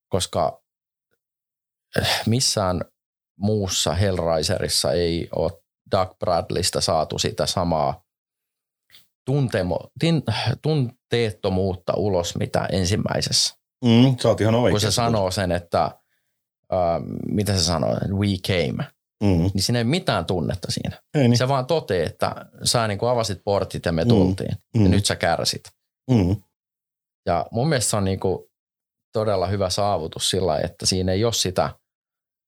koska eh, missään muussa Hellraiserissa ei ole Doug Bradleystä saatu sitä samaa tuntemo, tin, tunteettomuutta ulos, mitä ensimmäisessä. mm, sä oot ihan oikein. kun se sanoo sen, että äh, mitä se sanoo, we came, Mm, niin siinä ei mitään tunnetta siinä. ei Niin. niin. Se vaan totee, että sä niin kuin avasit portit ja me Mm. tultiin mm. ja Mm. nyt sä kärsit. Mm, Ja mun mielestä se on niin kuin todella hyvä saavutus sillä, lailla, että siinä ei ole sitä,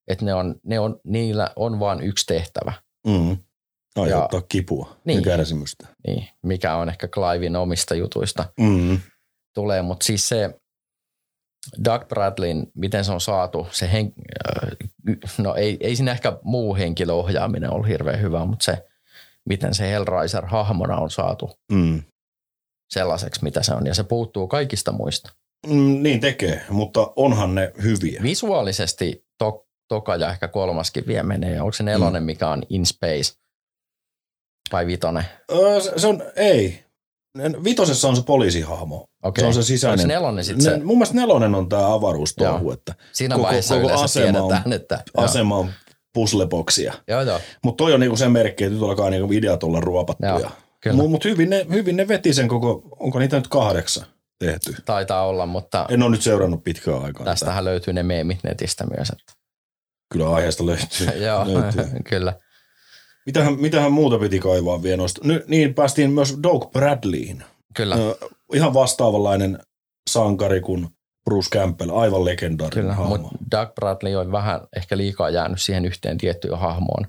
että ne on, ne on, niillä on vain yksi tehtävä, mm. Aiheuttaa kipua Niin. ja kärsimystä. niin, mikä on ehkä Clivein omista jutuista Mm, tulee, mutta siis se Doug Bradlin, miten se on saatu, se hen, äh, y- no ei, ei siinä ehkä muu henkilöohjaaminen ollut hirveän hyvä, mutta se, miten se Hellraiser hahmona on saatu mm. sellaiseksi, mitä se on, ja se puuttuu kaikista muista. Mm, niin tekee, mutta onhan ne hyviä. Visuaalisesti to, toka ja ehkä kolmaskin vie menee, ja onko se Mm. nelonen, mikä on In Space, vai vitonen? Öö, se, se on, ei. Vitosessa on se poliisihahmo. Okei. Se on se Onko sisäinen. nelonen sitten Ne, se? mun mielestä nelonen on tämä avaruustouhu, Joo. että Siinä koko- vaiheessa koko yleensä asema on- tiedetään, että... joo. asema on pusleboksia. Joo, joo, Mutta toi on niinku sen merkki, että nyt alkaa niinku ideat olla ruopattuja. Joo, kyllä. Mutta mut hyvin, ne, hyvin ne veti sen koko, onko niitä nyt kahdeksan tehty? taitaa olla, mutta En ole nyt seurannut pitkään aikaa. tätä. tästähän löytyy ne meemit netistä myös, että Kyllä aiheesta löytyy. <laughs> Joo, löytyy. <laughs> kyllä. Mitähän, mitähän muuta piti kaivaa vielä noista? Ny, niin päästiin myös Doug Bradleyin. Kyllä, Ö, ihan vastaavanlainen sankari kuin Bruce Campbell, aivan legendaarinen kyllä. hahmo. mutta Doug Bradley on vähän ehkä liikaa jäänyt siihen yhteen tiettyyn hahmoon.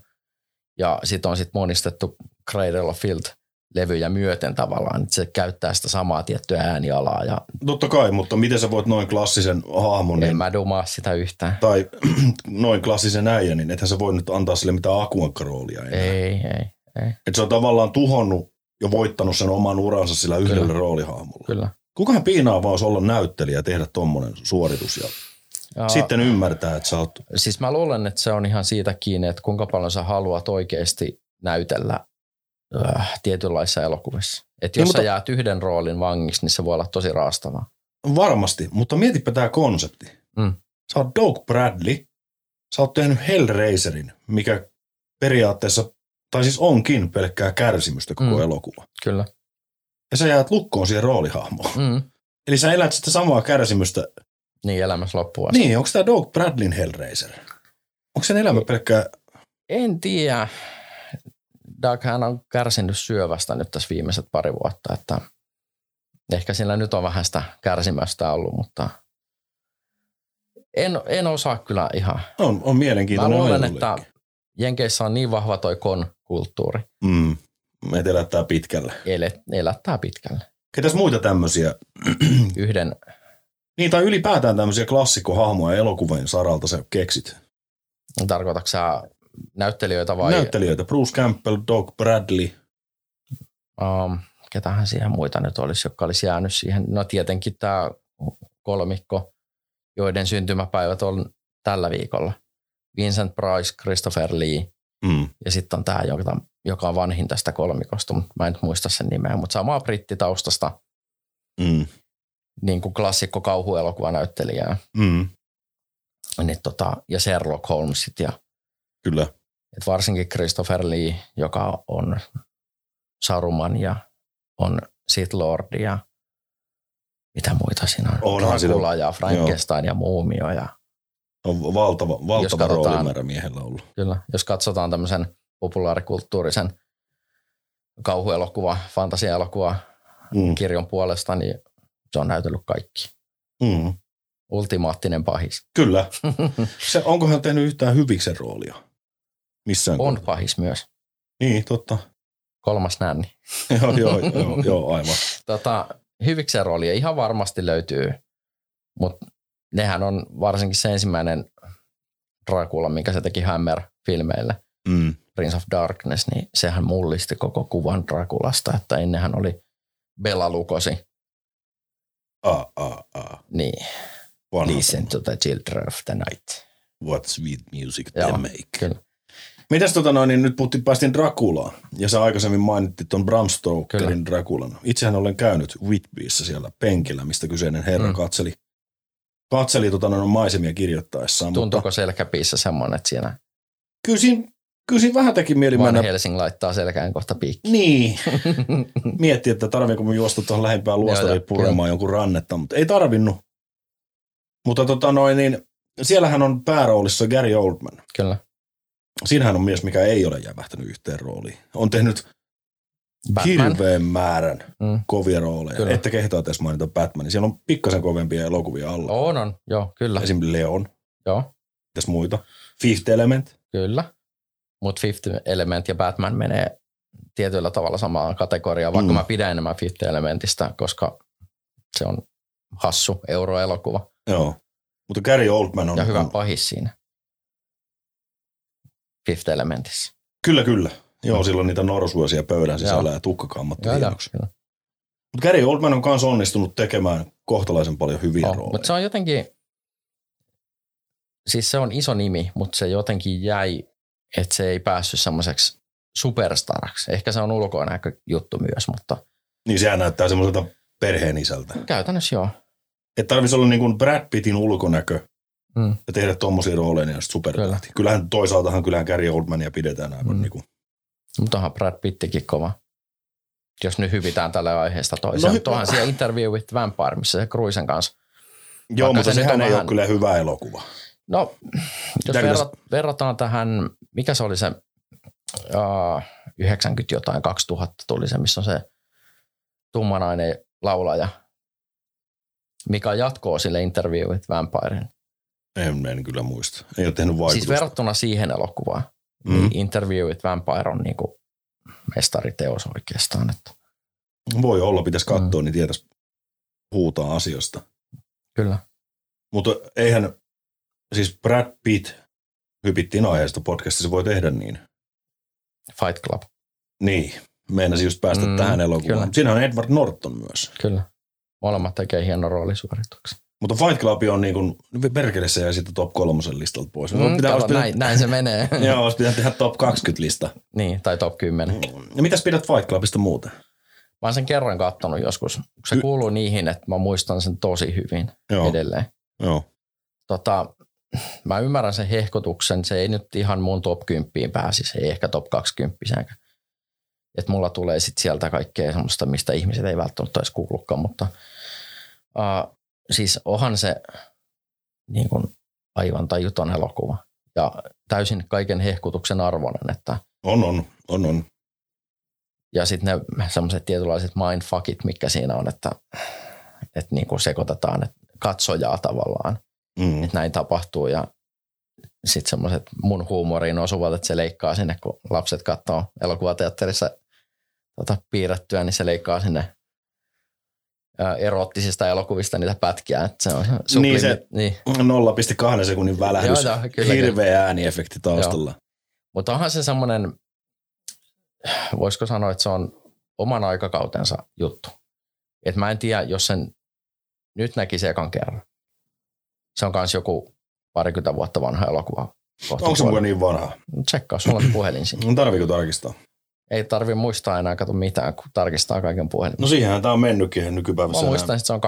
Ja sit on sit monistettu Cradle of Field-levyjä myöten tavallaan, että se käyttää sitä samaa tiettyä äänialaa ja Totta kai, mutta miten sä voit noin klassisen hahmon niin. en niin, mä dumaa sitä yhtään. tai <clears throat> noin klassisen äijän, niin ethän sä voi nyt antaa sille mitään akuankkaroolia enää. Ei, ei, Et se on tavallaan tuhonnut ja voittanut sen oman uransa sillä yhdellä Kyllä. roolihahmolla. kyllä. Kukahan piinaa vaan olla näyttelijä ja tehdä tommonen suoritus ja Ja sitten ymmärtää, että sä oot... Siis mä luulen, että se on ihan siitä kiinni, että kuinka paljon sä haluat oikeasti näytellä äh, tietynlaisissa elokuvissa. Että Niin, jos sä mutta- jäät yhden roolin vangiksi, niin se voi olla tosi raastavaa. Varmasti, mutta mietipä tämä konsepti. Mm. Sä oot Doug Bradley, sä oot tehnyt Hellraiserin, mikä periaatteessa, tai siis onkin pelkkää kärsimystä koko Mm. elokuva. Kyllä. Ja sä jäät lukkoon siihen roolihahmoon. Mm. Eli sä elät sitä samaa kärsimystä. Niin, elämässä loppuun asti. Niin, onko tämä Doug Bradlin Hellraiser? Onko sen No. elämä pelkkää... Niin. En tiedä. Doug hän on kärsinyt syövästä nyt tässä viimeiset pari vuotta, että ehkä sillä nyt on vähän sitä kärsimästä ollut, mutta en, en osaa kyllä ihan. On, Niin, no on Mä mielenkiintoinen luulen, että ajatuleikki. Jenkeissä on niin vahva toi kon-kulttuuri. Mm. Et elättää pitkälle. Ele, elättää pitkälle. Ketäs muita tämmöisiä? Yhden, Niin, tai ylipäätään tämmöisiä klassikkohahmoja elokuvien saralta sä keksit. tarkoitatko sä näyttelijöitä Vai... vai? Näyttelijöitä, Bruce Campbell, Doug Bradley. Um, ketähän siihen muita nyt olisi, jotka olisi jäänyt siihen. No tietenkin tämä kolmikko, joiden syntymäpäivät on tällä viikolla. Vincent Price, Christopher Lee Mm. ja sitten on tämä, joka, joka on vanhin tästä kolmikosta, mutta mä en nyt muista sen nimeä, mutta samaa brittitaustasta Mm. niin kuin klassikko kauhuelokuvanäyttelijää. Mm. Niin tota, ja Sherlock Holmesit ja Kyllä. et varsinkin Christopher Lee, joka on Saruman ja on Sith Lord ja mitä muita siinä on? Onhan sillä- Dracula ja Frankenstein ja Muumio. Ja, On valtava, valtava katsotaan- roolimäärä miehellä ollut. kyllä, jos katsotaan tämmöisen populaarikulttuurisen kauhuelokuva, fantasiaelokuva Mm. kirjon puolesta, niin se on näytellyt kaikki. Mm. Ultimaattinen pahis. Kyllä. <laughs> Se, onko hän tehnyt yhtään hyviksen roolia? Missään On kohtaa? pahis myös. Niin, totta. <laughs> Kolmas nänni. joo, joo, joo, joo, aivan. Tota, hyvikseen roolia ihan varmasti löytyy, mutta nehän on varsinkin se ensimmäinen Dracula, minkä se teki Hammer-filmeille, Mm. Prince of Darkness, niin sehän mullisti koko kuvan Draculasta, että ennenhän oli Bela Lukosi, Ah, ah, ah. niin Vanha Listen tämä. to the Children of the Night. What sweet music Joo, they make. kyllä. Mitäs tota noin, niin nyt puhuttiin, päästiin Drakulaan. Ja sä aikaisemmin mainittit ton Bram Stokerin Kyllä. Drakulan. Itsehän olen käynyt Whitbyssä siellä penkillä, mistä kyseinen herra mm. Mm. katseli, katseli tota noin maisemia kirjoittaessaan. Mutta Tuntuuko selkäpiissä semmoinen, että siinä kyllä siinä, kyllä siinä vähän teki mieli vaan mennä Helsing laittaa selkään kohta piikki? Niin. Mietti, että tarviiko mun juosta tuohon lähimpään luostariin Joo, joo, puremaan jonkun rannetta, mutta ei tarvinnut. Mutta tota noin, niin siellähän on pääroolissa Gary Oldman. <laughs> Kyllä. Siinähän on mies, mikä ei ole jämähtänyt yhteen rooliin. On tehnyt Batman. hirveän määrän Mm. kovia rooleja. Kyllä. Kyllä. Että kehtaa edes mainita Batmanin. Siellä on pikkasen kovempia elokuvia alla. On, on. Joo, kyllä. Esimerkiksi Leon, Joo, mitäs muita. Fifth Element. kyllä. Mutta Fifth Element ja Batman menee tietyllä tavalla samaan kategoriaan, vaikka Mm. mm. mä pidän enemmän Fifth Elementistä, koska se on hassu euroelokuva Joo. Mutta Gary Oldman on, ja hyvä on pahis siinä. Fifth Elementissä. kyllä kyllä. Joo, silloin niitä norsuaisia pöydän sisällä Joo. ja tukkakammattu Joo, joo, hienoksi. kyllä. Mutta Gary Oldman on myös onnistunut tekemään kohtalaisen paljon hyviä On, rooleja. Mutta se on jotenkin, siis se on iso nimi, mutta se jotenkin jäi, että se ei päässyt semmoiseksi superstaraksi. Ehkä se on ulkonäköjuttu myös, mutta Niin sehän näyttää semmoiselta perheen isältä. käytännössä joo. Että tarvitsisi olla niin kuin Brad Pittin ulkonäkö Mm. ja tehdä tommosia rooleja, niin olisi supertähti. Kyllähän toisaaltahan kyllähän Gary Oldmania pidetään aivan mm. Mm. niin kuin. Mutta onhan Brad Pittikin kova. Jos nyt hyvitään tällä aiheesta toiseen. No No, hy- Tuohan siellä Interview with Vampire, missä se Cruisen kanssa. Joo, mutta se nyt sehän on ei vähän- ole kyllä hyvä elokuva. No, jos Mitä verrat, verrataan tähän, mikä se oli se uh, 90 jotain, 2000 tuli se, missä on se tummanainen laulaja, mikä jatkoo sille Interview with Vampireen. En, en kyllä muista. Ei ole tehnyt Siis vaikutusta. verrattuna siihen elokuvaan, mm. mm. niin Interview with Vampire on niinku mestariteos oikeastaan. Että Voi olla, pitäisi katsoa, mm. niin tietäisi puhutaan asioista. kyllä. Mutta eihän, siis Brad Pitt, hypittiin aiheesta podcastissa, voi tehdä niin. Fight Club. Niin, meinasin just päästä mm, Mm, tähän elokuvaan. kyllä. Kyllä. Siinä on Edward Norton myös. Kyllä. Molemmat tekee hienon roolisuorituksen. Mutta Fight Club on niin kuin, perkele se jäi sitten top kolmosen listalta pois. Mm, pitää, kato, olisi näin, näin se menee. Pitänyt, <laughs> joo, olisi pitänyt tehdä top 20 lista. niin, tai top 10. Ja mitäs pidät Fight Clubista muuten? Mä oon sen kerran kattonut joskus. Se Y- kuuluu niihin, että mä muistan sen tosi hyvin Joo, edelleen. joo. Tota, mä ymmärrän sen hehkotuksen. Se ei nyt ihan mun top 10 pääsisi, ei ehkä top 20 Et mulla tulee sit sieltä kaikkea semmoista, mistä ihmiset ei välttämättä olisi kuullutkaan, mutta uh, siis onhan se niin kun, aivan tajuton elokuva ja täysin kaiken hehkutuksen arvoinen, että On, on, on, on. ja sitten ne semmoiset tietynlaiset mindfuckit, mikä siinä on, että, että niin kuin sekoitetaan että katsojaa tavallaan, Mm. että näin tapahtuu ja sitten semmoiset mun huumoriin osuvat, että se leikkaa sinne, kun lapset katsoo elokuvateatterissa tota, piirrettyä, niin se leikkaa sinne ää, erottisista elokuvista niitä pätkiä, että se on sublimi- Niin se- niin. 0,2 sekunnin välähdys. Joo, joo, kyllä, Hirveä ääniefekti taustalla. Mutta onhan se semmoinen, voisiko sanoa, että se on oman aikakautensa juttu. Et mä en tiedä, jos sen nyt näkisi ekan kerran. Se on kans joku parikymmentä vuotta vanha elokuva. Kohta Onko se puoli- mukaan niin vanha? Tsekkaa, sulla on puhelin siinä. No, Tarviiko tarkistaa? Ei tarvi muistaa enää, kato mitään, kun tarkistaa kaiken puhelin. No siihenhän tämä on mennytkin Mä nykypäivässä. muistan, että se on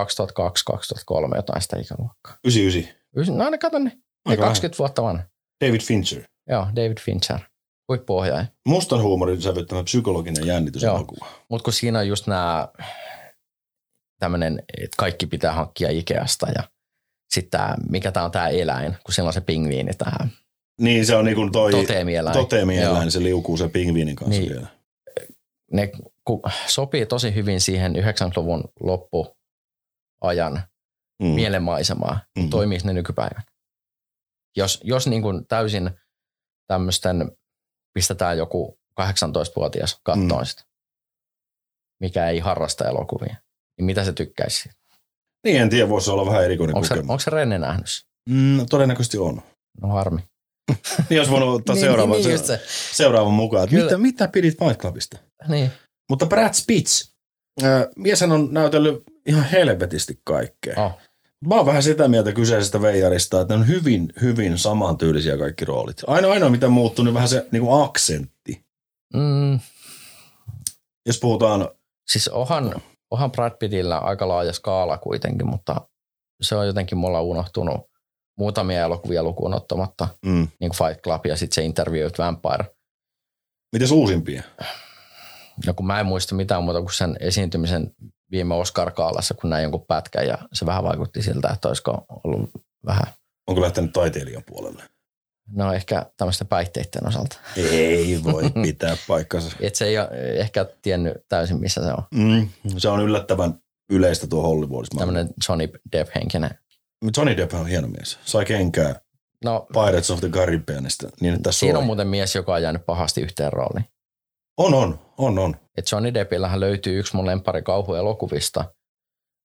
2002-2003 jotain sitä ikäluokkaa. 99. Ysi- No ne kato ne, ne Aika 20 vuotta vanha. vähän. David Fincher. Joo, David Fincher, huippuohjaaja. Mustan huumorin sävyttämä psykologinen jännityselokuva. Mutta kun siinä on just nämä tämmöinen, että kaikki pitää hankkia Ikeasta ja sitten mikä tämä on tämä eläin, kun siellä on se pingviini, tämä Niin se on niin kuin toi... toteemieläin. toteemieläin, Joo. se liukuu sen pingviinin kanssa niin. Niin. vielä. Ne ku, sopii tosi hyvin siihen 90-luvun loppuajan Mm. mielenmaisemaa. Mm. Toimisi Mm-hmm. ne nykypäivän. Jos, jos niin kuin täysin tämmöisten, pistetään joku 18-vuotias kattoon sitä, mikä ei harrasta elokuvia, niin mitä se tykkäisi? Niin, en tiedä, voisi olla vähän erikoinen Onko se, kokemus. onko se Renne nähnyt? sen? Mm, todennäköisesti on. No harmi. Niin, jos voinut ottaa <laughs> Niin, seuraavan, niin, niin, just se, se. seuraavan mukaan. Että Kyllä. mitä, mitä pidit Fight Clubista? Niin. Mutta Brad Spitz, ää, mieshän on näytellyt ihan helvetisti kaikkea. Oh. Mä oon vähän sitä mieltä kyseisestä veijarista, että ne on hyvin, hyvin samantyylisiä kaikki roolit. Ainoa, ainoa mitä muuttuu, niin vähän se niin kuin aksentti. Mm, Jos puhutaan, siis onhan, onhan Brad Pittillä aika laaja skaala kuitenkin, mutta se on jotenkin mulla unohtunut muutamia elokuvia lukuun ottamatta, mm, niin kuin Fight Club ja sitten se Interview with Vampire. miten uusimpia? No kun mä en muista mitään muuta kuin sen esiintymisen viime Oscar-kaalassa, kun näin jonkun pätkän ja se vähän vaikutti siltä, että olisiko ollut vähän, Onko lähtenyt taiteilijan puolelle? no ehkä tämmöisten päihteiden osalta. Ei <laughs> voi pitää paikkansa. Et se ei ole ehkä tiennyt täysin, missä se on. Mm, se on yllättävän yleistä tuo Hollywoodissa. Tämmöinen Johnny Depp-henkinen. Johnny Depp on hieno mies. Sai kenkää No, Pirates of the Caribbeanista niin, että siinä on on, muuten mies, joka on jäänyt pahasti yhteen rooliin. on, on, on, on. Et Johnny Deppillähän löytyy yksi mun lempari kauhuelokuvista,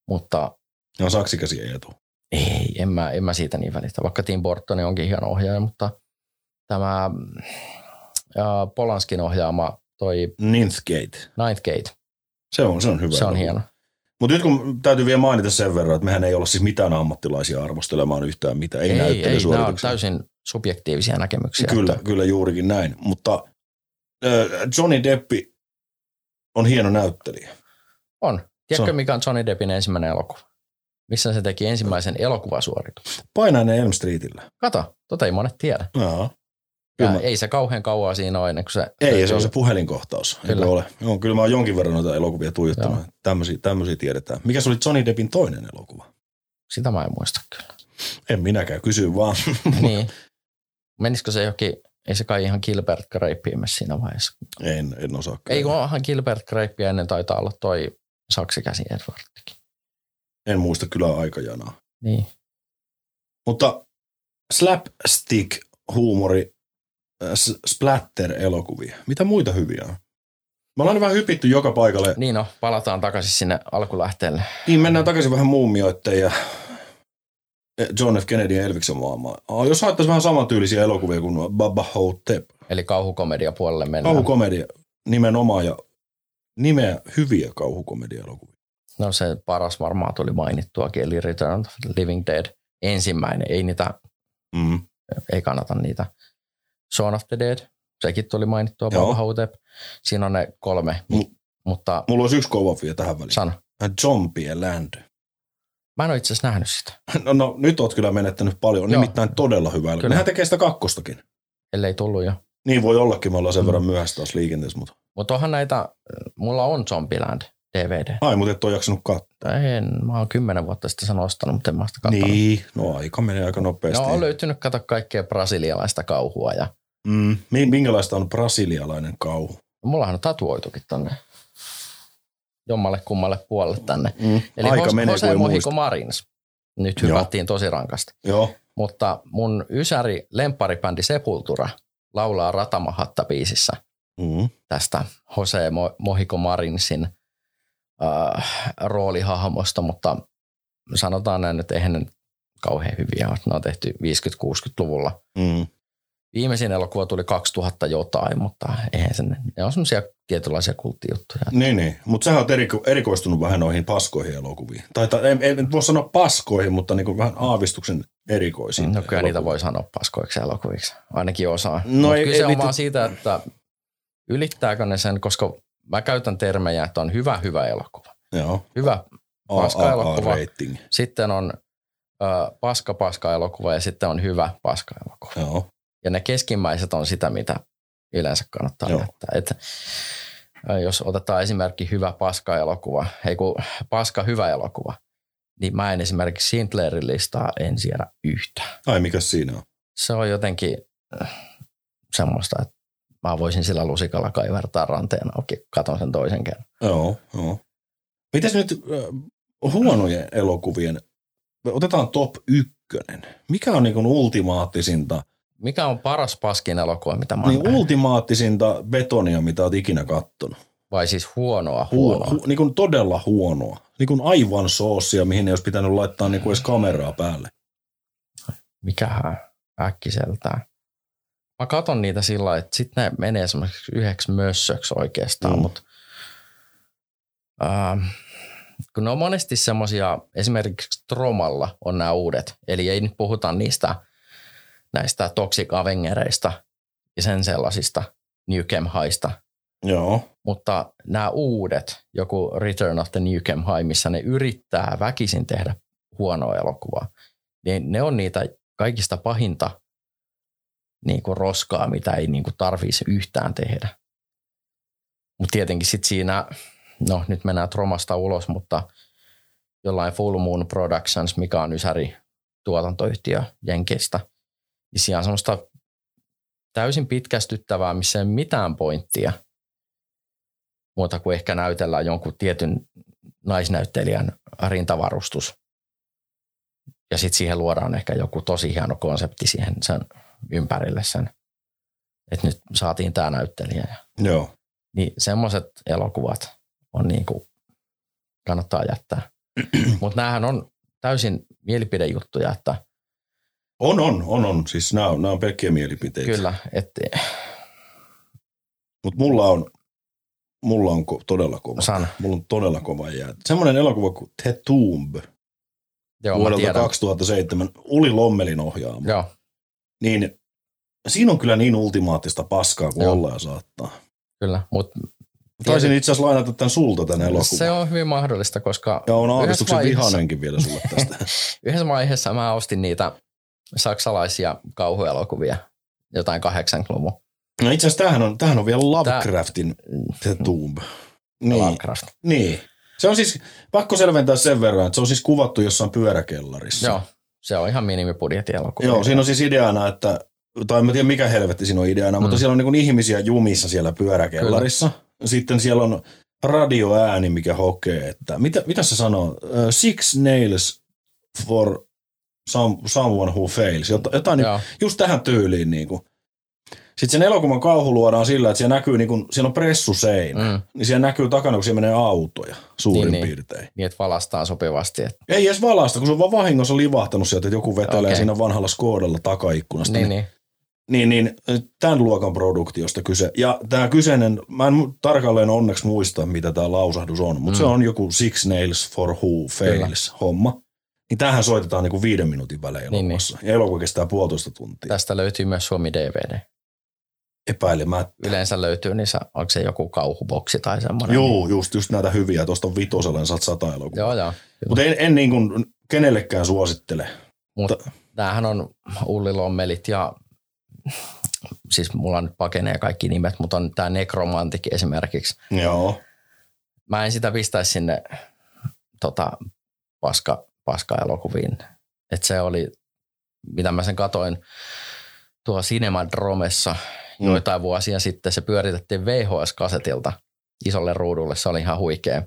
mutta Ne on saksikäsi etu. ei, en mä, en mä siitä niin välitä. Vaikka Tim Burton onkin hieno ohjaaja, mutta tämä äh, Polanskin ohjaama toi Ninthgate. Ninth Gate, Se on, se on hyvä. se on hieno. Mutta nyt kun täytyy vielä mainita sen verran, että mehän ei olla siis mitään ammattilaisia arvostelemaan yhtään mitään. Ei, ei, ei nämä on näyttelysuorituksia. täysin subjektiivisia näkemyksiä. Kyllä, Että, kyllä juurikin näin. Mutta ö, Johnny Deppi on hieno näyttelijä. on. Tiedätkö, Se on. mikä on Johnny Deppin ensimmäinen elokuva? Missä se teki ensimmäisen elokuvasuorituksen? Painainen Elm Streetillä. Kato, tota ei monet tiedä. Jaa. Kyllä Ja mä- ei se kauhean kauan siinä ole ennen kuin se... Ei, se on se puhelinkohtaus. Kyllä. Kyllä. Ole. Joo, kyllä mä oon jonkin verran noita elokuvia tuijottanut. Tämmöisiä, tämmöisiä tiedetään. Mikä se oli Johnny Deppin toinen elokuva? Sitä mä en muista <laughs> kyllä. En minäkään kysy <laughs> vaan. niin. Menisikö se johonkin, ei se kai ihan Gilbert Grapein mene siinä vaiheessa. en, en osaa. kyllä. Ei kun onhan Gilbert Grape ja ennen taitaa olla toi saksikäsi Edwardkin. En muista kyllä aikajanaa. Niin. Mutta slapstick-huumori, äh, s- splatter-elokuvia. Mitä muita hyviä on? Me ollaan nyt vähän hypitty joka paikalle. niin no, palataan takaisin sinne alkulähteelle. Niin mennään takaisin vähän muumioitteen ja eh, John F. Kennedy ja Elviksen maailmaan. Ah, Jos haettaisiin vähän samantyylisiä elokuvia kuin Baba Hotep. Eli kauhukomedia puolelle mennään. Kauhukomedia nimenomaan ja nimeä hyviä kauhukomedia-elokuvia. no se paras varmaan tuli mainittuakin, eli Return of the Living Dead. Ensimmäinen, ei niitä, Mm. ei kannata niitä. Shaun of the Dead, sekin tuli mainittua, Joo. Bob Hotep. Siinä on ne kolme, Mu- mutta Mulla olisi yksi kova vielä tähän väliin. sano. Zombie Land. <laughs> Mä en ole itse asiassa nähnyt sitä, No, no nyt oot kyllä menettänyt paljon. Joo. Nimittäin todella hyvä elokuva. Kyllä. Nehän tekee sitä kakkostakin. ellei tullut jo. Niin voi ollakin, me ollaan Mm. sen verran myöhässä taas liikenteessä, mutta Mutta onhan näitä, mulla on Zombieland DVD. ai, mutta et ole jaksanut katsoa. Tai En, mä oon kymmenen vuotta sitten sen ostanut, mutta en mä sitä katsonut. Niin, no aika menee aika nopeasti. No on löytynyt kato kaikkea brasilialaista kauhua ja mm. Mi- Minkälaista on brasilialainen kauhu? mullahan on tatuoitukin tonne jommalle kummalle puolelle tänne. Mm. Eli aika Hos- menee, Jose kun ei Mohico muista. Marins. Nyt Joo. hypättiin tosi rankasti. Joo, Mutta mun ysäri lempparibändi Sepultura laulaa Ratamahatta biisissä mm. tästä Jose Mo- Mohico Marinsin äh, roolihahmosta, mutta sanotaan näin, että eihän ne nyt kauhean hyviä ole. Ne on tehty 50-60-luvulla. Mm. Viimeisin elokuva tuli 2000 jotain, mutta eihän sen, ne on semmoisia tietynlaisia kulttijuttuja. Niin, niin. mutta sähän oot eriko- erikoistunut vähän noihin paskoihin elokuviin. Tai, tai en, en, en voi sanoa paskoihin, mutta niin vähän aavistuksen erikoisiin. No kyllä niitä elokuviin. voi sanoa paskoiksi elokuviksi, ainakin osaa. No No ei- ei, kyse ei on niitä- vaan siitä, että ylittääkö ne sen, koska mä käytän termejä, että on hyvä, hyvä elokuva. Joo, Hyvä, paska elokuva. rating. sitten on ö, paska, paska elokuva ja sitten on hyvä paska elokuva. Joo. Ja ne keskimmäiset on sitä, mitä yleensä kannattaa Joo. jättää. Et, ö, jos otetaan esimerkki hyvä paska-elokuva, ei kun paska hyvä elokuva, niin mä en esimerkiksi Sinclairin listaa en siedä yhtään. Ai, mikä siinä on? Se on jotenkin äh, semmoista, että mä voisin sillä lusikalla kaivertaa ranteen auki, katon sen toisen kerran. Joo, joo. Mitäs nyt äh, huonojen elokuvien, otetaan top ykkönen. Mikä on niin ultimaattisinta, Mikä on paras paskin elokuva, mitä mä oon niin nähnyt? ultimaattisinta betonia, mitä oot ikinä kattonut? Vai siis huonoa, Huono. huonoa. Hu, niin kuin todella huonoa. Niin kuin aivan soosia, mihin ei olisi pitänyt laittaa niin kuin edes kameraa päälle. Mikähän äkkiseltään. Mä katon niitä sillä lailla, että sit ne menee semmoiseksi yhdeksi mössöksi oikeastaan, Mm. mm. mutta äh, kun ne on monesti semmoisia, esimerkiksi Tromalla on nämä uudet, eli ei nyt puhuta niistä näistä toksikavengereista ja sen sellaisista Newcam-haista, Joo. mutta nämä uudet, joku Return of the Nukem High, missä ne yrittää väkisin tehdä huonoa elokuvaa, niin ne on niitä kaikista pahinta niin kuin roskaa, mitä ei niin kuin tarvitsisi yhtään tehdä. Mutta tietenkin sitten siinä, no nyt mennään Tromasta ulos, mutta jollain Full Moon Productions, mikä on Ysäri tuotantoyhtiö Jenkistä, niin siinä on semmoista täysin pitkästyttävää, missä ei ole mitään pointtia – muuta kuin ehkä näytellään jonkun tietyn naisnäyttelijän rintavarustus. Ja sitten siihen luodaan ehkä joku tosi hieno konsepti siihen sen ympärille sen, että nyt saatiin tämä näyttelijä. Joo. Niin semmoiset elokuvat on niin kuin, kannattaa jättää. <clears throat> Mutta näähän on täysin mielipidejuttuja, että On, on, on, on. Siis nämä on, nämä on pelkkiä mielipiteitä. kyllä, että Mutta mulla on, mulla on ko- todella kova. san, Mulla on todella kova jää. Semmoinen elokuva kuin The Tomb joo, mä vuodelta tiedän. 2007, Uli Lommelin ohjaama. Joo, Niin siinä on kyllä niin ultimaattista paskaa kuin Joo. ollaan saattaa. kyllä, mutta Taisin itse asiassa lainata tämän sulta tämän elokuvan. se on hyvin mahdollista, koska Ja on aavistuksen vaiheessa- vihanenkin vielä sulle tästä. yhdessä vaiheessa mä ostin niitä saksalaisia kauhuelokuvia, jotain 80-luvun No itse asiassa tämähän on, tämähän on vielä Lovecraftin The Tomb. niin. Niin, Lovecraft. niin. Se on siis, pakko selventää sen verran, että se on siis kuvattu jossain pyöräkellarissa. Joo, se on ihan minimibudjettielokuva. Joo, siinä on siis ideana, että, tai en mä tiedä mikä helvetti siinä on ideana, mm. mutta Mm. siellä on niin ihmisiä jumissa siellä pyöräkellarissa. Kyllä. Sitten siellä on radioääni, mikä hokee, että mitä, mitä se sanoo? Ö, Six nails for some, someone who fails. Jot- Jotain, niin, Joo, just tähän tyyliin. Niin kuin. Sitten sen elokuvan kauhu luodaan sillä, että siellä näkyy, niin kuin, siellä on pressuseinä, mm. mm, niin siellä näkyy takana, kun siellä menee autoja suurin niin, Niin, niin. piirtein. niin että valastaa sopivasti. Et, Ei edes valasta, kun se on vaan vahingossa livahtanut sieltä, että joku vetelee okay. Okei. siinä vanhalla Skodalla takaikkunasta. niin, niin, niin, niin, tämän luokan produktiosta kyse. Ja tämä kyseinen, mä en mu- tarkalleen onneksi muista, mitä tämä lausahdus on, mutta mm. Mm. se on joku Six Nails for Who Fails homma. Niin tähän soitetaan niinku viiden minuutin välein Niin, elokuvassa. Ja elokuva kestää puolitoista tuntia. tästä löytyy myös Suomi DVD. Epäilemättä. Yleensä löytyy, niin sa- onko se joku kauhuboksi tai semmoinen. Joo, just, just näitä hyviä. Tuosta on vitoselle saat sata elokuvaa. Joo, joo. Mutta en, en niin kuin kenellekään suosittele. Tämähän on Ulli Lommelit ja siis mulla nyt pakenee kaikki nimet, mutta on tämä Nekromantik esimerkiksi. Joo. mä en sitä pistäisi sinne tota, paska, paskaelokuviin. Et se oli, mitä mä sen katoin tuolla Cinemadromessa Mm. mm. joitain vuosia sitten. Se pyöritettiin VHS-kasetilta isolle ruudulle. Se oli ihan huikea.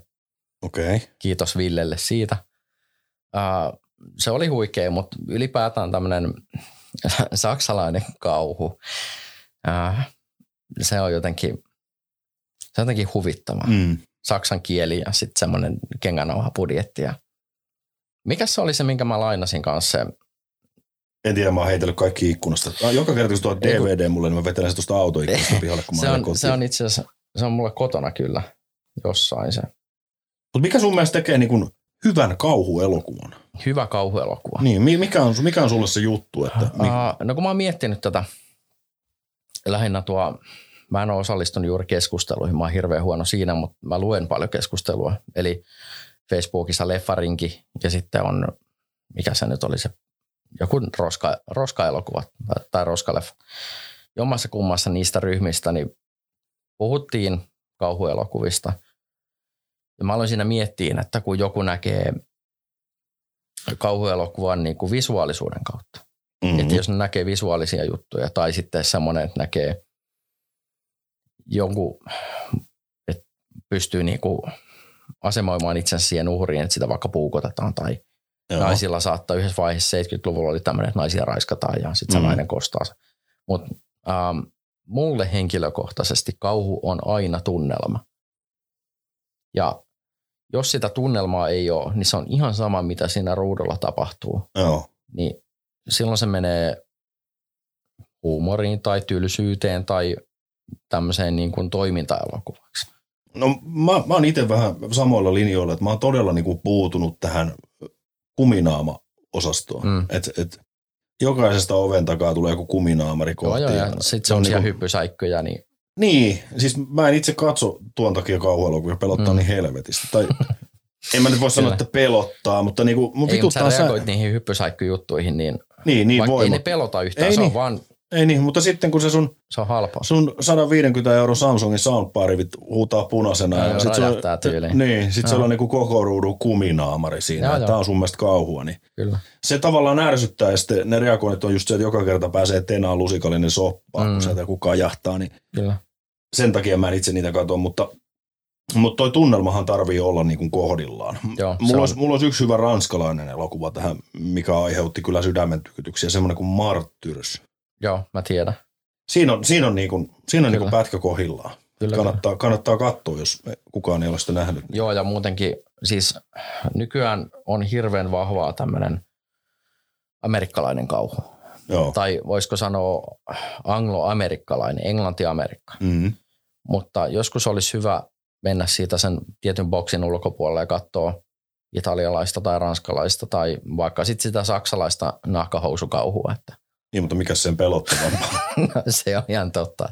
Okei. Okay. Kiitos Villelle siitä. Uh, se oli huikea, mutta ylipäätään tämmöinen <laughs> saksalainen kauhu. Uh, se on jotenkin, se on jotenkin huvittavaa Mm. saksan kieli ja sitten semmoinen kengänauha budjetti. Ja mikä se oli se, minkä mä lainasin kanssa? Se, En tiedä, mä oon heitellyt kaikki ikkunasta. Ah, Joka kerta, kun se tuo Ei kun- DVD mulle, niin mä vetelen se tuosta autoikkunasta pihalle, kun mä <laughs> se, ajan on, kotiin. se on itse asiassa, se on mulla kotona kyllä jossain se. Mutta mikä sun mielestä tekee niin kuin hyvän kauhuelokuvan? Hyvä kauhuelokuva. Niin, mi- mikä on, mikä on sulle se juttu? niinku, Että, mi- Aa, no kun mä oon miettinyt tätä lähinnä tuo, mä en ole osallistunut juuri keskusteluihin, mä oon hirveän huono siinä, mutta mä luen paljon keskustelua. Eli Facebookissa leffarinki ja sitten on, mikä se nyt oli se, joku roska, roskaelokuva tai, tai roskaleffa. Jommassa kummassa niistä ryhmistä niin puhuttiin kauhuelokuvista. Ja mä aloin siinä miettiin, että kun joku näkee kauhuelokuvan niin kuin visuaalisuuden kautta, mm, Mm-hmm. Että jos ne näkee visuaalisia juttuja tai sitten semmoinen, että näkee jonkun, että pystyy niinku asemoimaan itsensä siihen uhriin, että sitä vaikka puukotetaan tai joo. Joo. naisilla saattaa yhdessä vaiheessa 70-luvulla oli tämmöinen, että naisia raiskataan ja sitten se Mm. mm. nainen kostaa se. Mutta ähm, mulle henkilökohtaisesti kauhu on aina tunnelma. Ja jos sitä tunnelmaa ei ole, niin se on ihan sama, mitä siinä ruudulla tapahtuu. Joo. Niin silloin se menee huumoriin tai tylsyyteen tai tämmöiseen niin kuin toimintaelokuvaksi. No mä, mä oon itse vähän samoilla linjoilla, että mä oon todella niinku puutunut tähän kuminaama-osastoon. Mm. Mm. Et, et, jokaisesta oven takaa tulee joku kuminaamari Joo, kohti. joo, ja ja sitten se on semmoisia niinku- niinku... hyppysäikköjä, niin Niin, siis mä en itse katso tuon takia kauhuelokuvia, pelottaa mm. Mm. niin helvetistä. Tai en mä nyt voi sanoa, Kyllä. että pelottaa, mutta niinku, mun ei, mutta sä vituttaa sä... reagoit niihin hyppysäikköjuttuihin, niin, Niin, niin vaikka voi, ei ne mutta, pelota yhtään, Ei ei se niin. on vaan, ei niin, mutta sitten kun se sun, se on halpaa. sun 150 euron Samsungin soundbari vit- huutaa punaisena. Joo, Ja, joo, sit se räjähtää tyyliin. Niin, sit Joo. siellä on niinku koko ruudun kuminaamari siinä, Joo, että joo. tää on sun mielestä kauhua, niin Kyllä. se tavallaan ärsyttää ja sitten ne reagoinnit on just se, että joka kerta pääsee tenaan lusikallinen soppaan, mm. kun Mm. sieltä joku kajahtaa, niin Kyllä. sen takia mä en itse niitä katso, mutta, mutta toi tunnelmahan tarvii olla niin kuin kohdillaan. Joo, se mulla, on. olisi, mulla olisi yksi hyvä ranskalainen elokuva tähän, mikä aiheutti kyllä sydämen tykytyksiä, semmoinen kuin Martyrs. Joo, mä tiedän. Siinä on, siinä on, niin kuin, siinä on niin kuin Kyllä. pätkä kohdillaan. Kyllä, kyllä. Kannattaa, kannattaa katsoa, jos kukaan ei ole sitä nähnyt. Joo, ja muutenkin siis nykyään on hirveän vahvaa tämmöinen amerikkalainen kauhu. Joo. Tai voisiko sanoa angloamerikkalainen, englanti-amerikka. Mm. Mutta joskus olisi hyvä mennä siitä sen tietyn boksin ulkopuolelle ja katsoa italialaista tai ranskalaista tai vaikka sitten sitä saksalaista nahkahousukauhua. Että <laughs> Niin, mutta mikä sen pelottavampaa? se on ihan totta.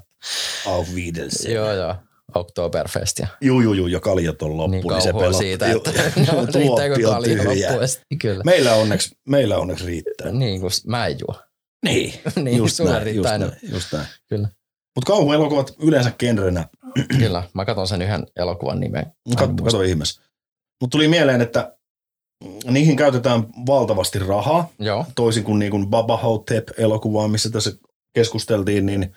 Auf Wiedersehen. Joo, joo. Oktoberfest ja Juu, juu, juu, ja kaljat on loppu, niin niin, se kauhua pelottaa. siitä, Juu, <laughs> että juu, no, <laughs> riittääkö tuoppi on kalja tyhjä. loppuun. asti? Kyllä. Meillä onneksi, meillä onneksi riittää. Niin kuin s- mä en juo. <laughs> Niin. niin, just sulla näin, just riittää näin, enemmän. just näin. Kyllä. Mutta kauhuelokuvat yleensä genrenä, Kyllä, mä katson sen yhden elokuvan nimen. katso, katso ihmeessä. Mutta tuli mieleen, että niihin käytetään valtavasti rahaa, Joo, toisin kuin, niin kuin Baba elokuvaan missä tässä keskusteltiin, niin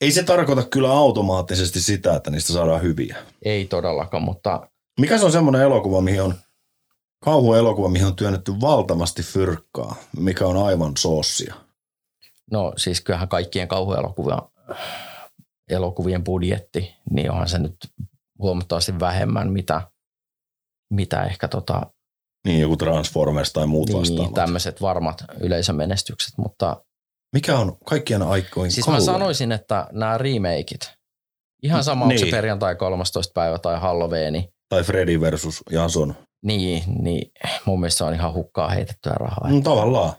ei se tarkoita kyllä automaattisesti sitä, että niistä saadaan hyviä. ei todellakaan, mutta Mikä se on semmoinen elokuva, mihin on kauhuelokuva, mihin on työnnetty valtavasti fyrkkaa, mikä on aivan soossia? no siis kyllähän kaikkien kauhuelokuvien elokuvien budjetti, niin onhan se nyt huomattavasti vähemmän, mitä, mitä ehkä tota, Niin, joku Transformers tai muut niin, vastaavat. tämmöiset varmat yleisömenestykset, mutta Mikä on kaikkien aikojen Siis kauhein? mä sanoisin, että nämä remakeit, ihan sama niin. onko Niin. se perjantai 13. päivä tai Halloweeni, Tai Freddy versus Jason. niin, niin mun mielestä se on ihan hukkaa heitettyä rahaa. Mm. No, tavallaan.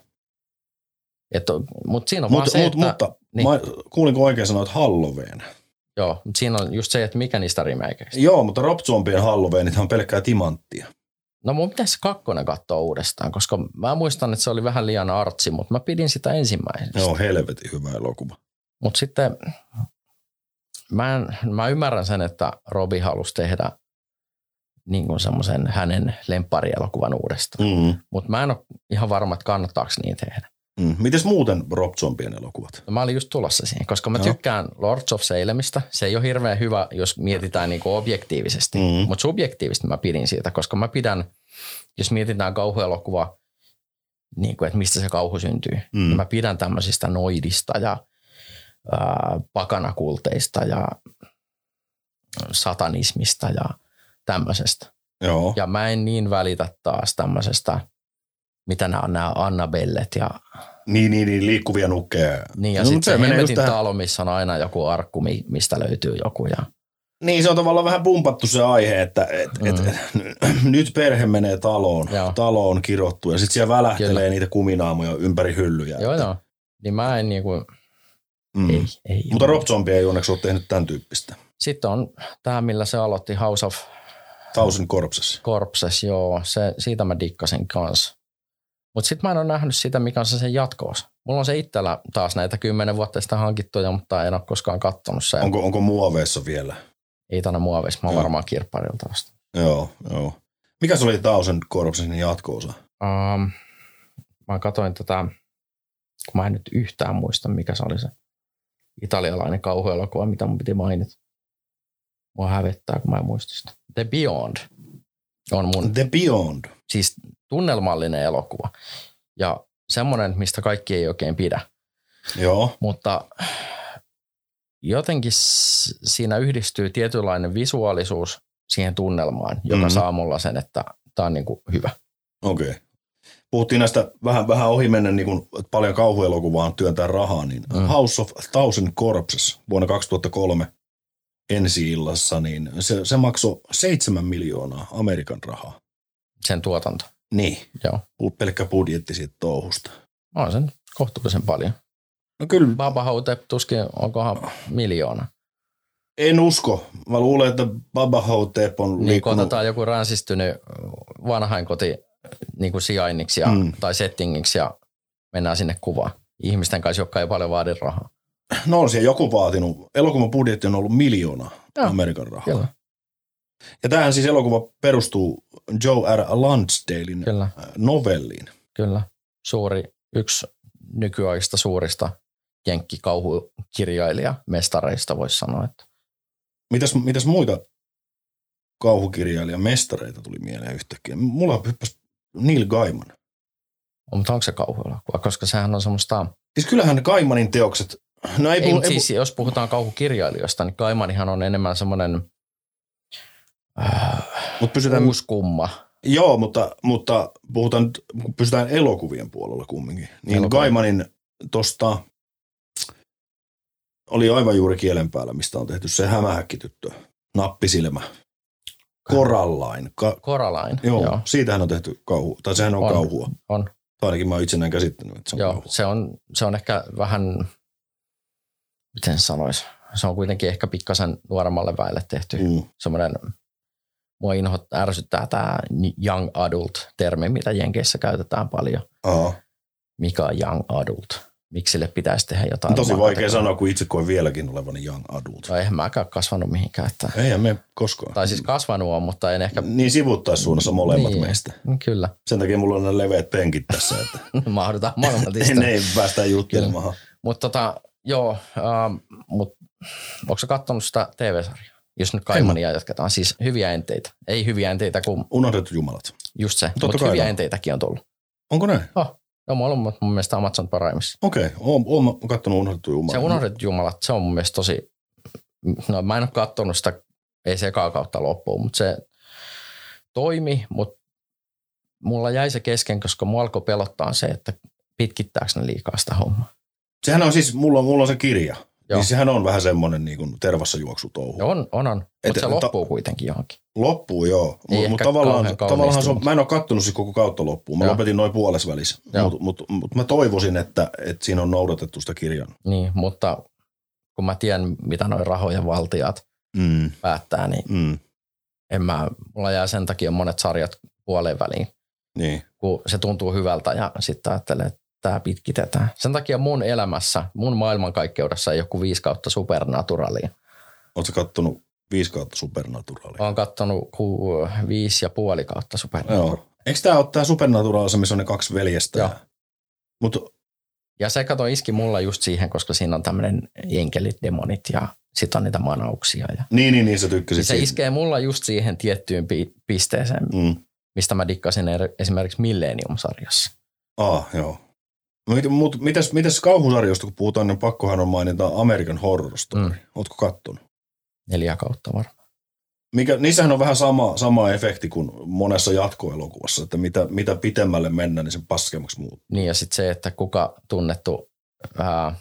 Mutta siinä on mut, Mut, vaan se, mut, mut, että, Mutta niin. niin. mä, kuulinko oikein sanoa, että Halloween? joo, mut siinä on just se, että mikä niistä remakeista. Joo, mutta Rob Zombien Halloweenit on pelkkää timanttia. No mun pitäisi se kakkonen katsoa uudestaan, koska mä muistan, että se oli vähän liian artsi, mutta mä pidin sitä ensimmäisestä. Ne on helvetin hyvä elokuva. Mutta sitten mä, en- mä ymmärrän sen, että Robi halusi tehdä niin semmoisen hänen lempparielokuvan uudestaan. Mm-hmm. mutta mä en ole ihan varma, että kannattaako niin tehdä. Mm. Mites muuten Rob Zombien elokuvat? No Mä olin just tulossa siihen, koska mä Joo. tykkään Lords of Salemista. Se ei ole hirveän hyvä, jos mietitään niinku objektiivisesti, Mm. mutta subjektiivisesti mä pidin siitä, koska mä pidän, jos mietitään kauhuelokuvaa, niin kuin, että mistä se kauhu syntyy. Mm. Mä pidän tämmöisistä noidista ja ää, pakanakulteista ja satanismista ja tämmöisestä. Joo. Ja mä en niin välitä taas tämmöisestä, mitä nämä on nämä Annabellet ja Niin, niin, niin, liikkuvia nukkeja. niin ja No, no, mut se sitten se menee just Hemmetin tähän- talo, missä on aina joku arkku, mi- mistä löytyy joku. <laughs> Ja, Niin, se on tavallaan vähän pumpattu se aihe, että et, mm. et, <clears throat> nyt perhe menee taloon, Joo. taloon kirottu ja sitten siellä välähtelee Kyllä. Kyllä. niitä kuminaamoja ympäri hyllyjä. joo, joo. Niin mä en niinku, Mm. ei, ei. Mutta Rob Zombie ei onneksi ole tehnyt tämän tyyppistä. Sitten on tämä, millä se aloitti, House of Thousand Corpses. Corpses, joo, se, siitä mä dikkasin kanssa. Mutta sitten mä en ole nähnyt sitä, mikä on se sen jatkoos. Mulla on se itsellä taas näitä kymmenen vuotta sitä hankittuja, mutta en ole koskaan kattonut se. Onko, onko muoveissa vielä? Ei tänne muovissa, mä oon Joo. varmaan kirpparilta vasta. Joo, joo. Mikä se oli Thousand Corpsesin jatko-osa? Um, mä katsoin tätä, kun mä en nyt yhtään muista, mikä se oli se italialainen kauhuelokuva, mitä mun piti mainita. Mua hävettää, kun mä en muista sitä. The Beyond on mun The Beyond. siis tunnelmallinen elokuva. Ja semmoinen, mistä kaikki ei oikein pidä. Joo. Mutta jotenkin s- siinä yhdistyy tietynlainen visuaalisuus siihen tunnelmaan, Mhm. joka mm-hmm. saa mulla sen, että tämä on niin kuin hyvä. Okei. Okay. Puhuttiin näistä vähän, vähän ohi mennen, niin kun, että paljon kauhuelokuvaan työntää rahaa, niin Mm. mm. House of Thousand Corpses vuonna 2003 ensi illassa, niin se, se maksoi 7 miljoonaa Amerikan rahaa. Sen tuotanto. Niin. Joo. Pu- Pelkkä budjetti siitä touhusta. On sen kohtuullisen paljon. No kyllä. Baba Haute tuskin onkohan miljoona. En usko. Mä luulen, että Baba Hotep on Niin kun liikkunut- otetaan joku ränsistynyt vanhainkoti niin kuin sijainniksi ja, Mm. mm. tai settingiksi ja mennään sinne kuvaan. Ihmisten kanssa, jotka ei paljon vaadi rahaa. No on siellä joku vaatinut. Elokuvan budjetti on ollut miljoona Joo, Amerikan rahaa. Kyllä, Ja tämähän siis elokuva perustuu Joe R. Lansdalein kyllä, äh, novelliin. kyllä. Suuri, yksi nykyaikaista suurista jenkkikauhukirjailija mestareista voisi sanoa, että Mitäs, mitäs muita kauhukirjailijan mestareita tuli mieleen yhtäkkiä? Mulla hyppäsi Neil Gaiman. on, mutta onko se kauhuelokuva, koska sehän on semmoista, Siis kyllähän Gaimanin teokset, no ei, ei, puhu, ei, ei, siis, jos puhutaan kauhukirjailijoista, niin Kaimanihan on enemmän semmoinen äh, mutta pysytään, uusi kumma. joo, mutta, mutta puhutaan, nyt- pysytään elokuvien puolella kumminkin. Niin Elokuvia. Gaimanin tosta oli aivan juuri kielen päällä, mistä on tehty se hämähäkkityttö, nappisilmä, korallain, ka, Koralain. Joo, Joo, siitähän on tehty kauhu, tai sehän on, on. On. kauhua. On. Tai ainakin mä oon itse näin käsittänyt, että se on Joo. Joo, kauhu. se on, se on ehkä vähän, miten sanois, se on kuitenkin ehkä pikkasen nuoremmalle väelle tehty. Mm. Mm. Semmoinen, mua inhot, ärsyttää tämä young adult-termi, mitä Jenkeissä käytetään paljon. Aa. Mikä on young adult? Miksi sille pitäisi tehdä jotain? Tosi omaa vaikea kategoriaa? sanoa, kun itse koen vieläkin olevani young adult. No eihän mäkään kasvanut mihinkään. Että, Eihän me koskaan. tai siis kasvanut on, mutta en ehkä, Niin sivuttaissuunnassa molemmat Niin. niin. meistä. kyllä, <laughs> Sen takia mulla on nämä leveät penkit tässä, että mahdutaan maailmantista. ne <laughs> ei päästä juttelemaan. Mutta tota, joo, ähm, mut, onko sä kattonut sitä TV-sarjaa? Jos nyt Kaimania jatketaan, siis hyviä enteitä. Ei hyviä enteitä, kun Unohdettu jumalat. just se, Totta mutta kai hyviä on. enteitäkin on tullut. Onko näin? No, mulla on mun mun mielestä Amazon Primeissa. Okei, okay. oon, oon mä kattonut unohdettu Se jumalat. unohdettu jumalat, se on mun mielestä tosi, no mä en ole kattonut sitä, ei se ekaa kautta loppuun, mutta se toimi, mutta mulla jäi se kesken, koska mua alkoi pelottaa se, että pitkittääkö ne liikaa sitä hommaa. Sehän on siis, mulla on, mulla on se kirja. Joo. Joo. Niin sehän on vähän semmoinen niin kuin tervassa juoksutouhu. No on, on, on. Et- mutta se ta- loppuu kuitenkin johonkin. Loppuu, joo. Ei Mutta mut ehkä tavallaan, kauhean kauniisti, tavallaan se on, mutta- mä en ole kattonut siis koko kautta loppuun. Mä Joo. lopetin noin puolessa välissä. Joo. Mutta mut, mut mä toivoisin, että, että siinä on noudatettu sitä kirjan. Niin, mutta kun mä tiedän, mitä noin rahojen valtiat Mm. päättää, niin Mm. en mä, mulla jää sen takia monet sarjat puoleen väliin, Niin. kun se tuntuu hyvältä ja sitten ajattelee, että tämä pitkitetään. Sen takia mun elämässä, mun maailmankaikkeudessa ei joku viisi kautta supernaturalia. Oletko kattonut viisi kautta Supernaturaalia? Olen katsonut ku, viisi ja puoli kautta supernaturalia. Joo. Eikö tämä ole tämä Supernatural, se, missä on ne kaksi veljestä? Joo. Mutta Ja se kato iski mulla just siihen, koska siinä on tämmöinen enkelit, demonit ja sitten on niitä manauksia. Ja, niin, niin, niin sä tykkäsit. siis se siitä. iskee mulla just siihen tiettyyn pi- pisteeseen, Mm. mistä mä dikkasin er- esimerkiksi Millennium-sarjassa. Ah, joo. Mut, mut, mitäs, mitäs kauhusarjoista, kun puhutaan, niin pakkohan on mainita American Horror Story. Mm. Mm. Ootko kattonut? Neljä kautta varmaan. Mikä, niissähän on vähän sama, sama efekti kuin monessa jatkoelokuvassa, että mitä, mitä pitemmälle mennään, niin sen paskemmaksi muuttuu. Niin ja sitten se, että kuka tunnettu ää,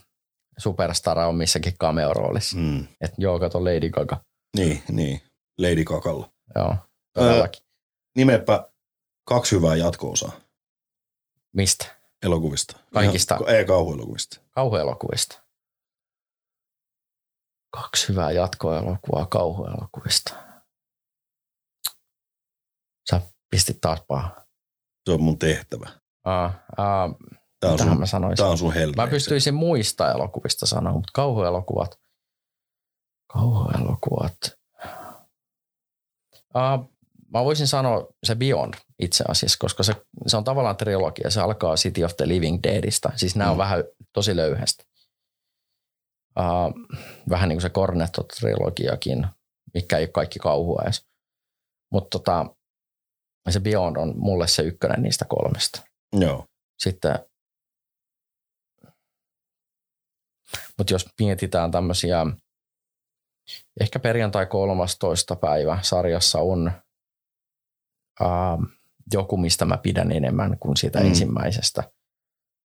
superstara on missäkin cameo-roolissa. Mm. Mm. Että joo, kato Lady Gaga. Niin, niin. Lady Kakalla. Joo, todellakin. Nimepä kaksi hyvää jatko-osaa Mistä? elokuvista. Kaikista. Ihan- Ei kauhuelokuvista. Kauhuelokuvista. Kaksi hyvää jatkoelokuvaa kauhuelokuvista. Sä pistit taas paha. Se on mun tehtävä. Aa, aa, Tää on mitähän sun, mä sanoisin? tää on sun helmi. Mä pystyisin muista elokuvista sanoa, mutta kauhuelokuvat. Kauhuelokuvat. Uh, mä voisin sanoa se Beyond itse asiassa, koska se, se on tavallaan trilogia. Se alkaa City of the Living Deadistä. Siis nämä on Mm. vähän tosi löyhästi. Uh, vähän niin kuin se Cornetto-trilogiakin, mikä ei ole kaikki kauhua edes. Mutta tota, se Beyond on mulle se ykkönen niistä kolmesta Joo. sitten, mutta jos mietitään tämmöisiä ehkä perjantai 13. päivä sarjassa on ähm, joku, mistä mä pidän enemmän kuin siitä Mm. mm. ensimmäisestä.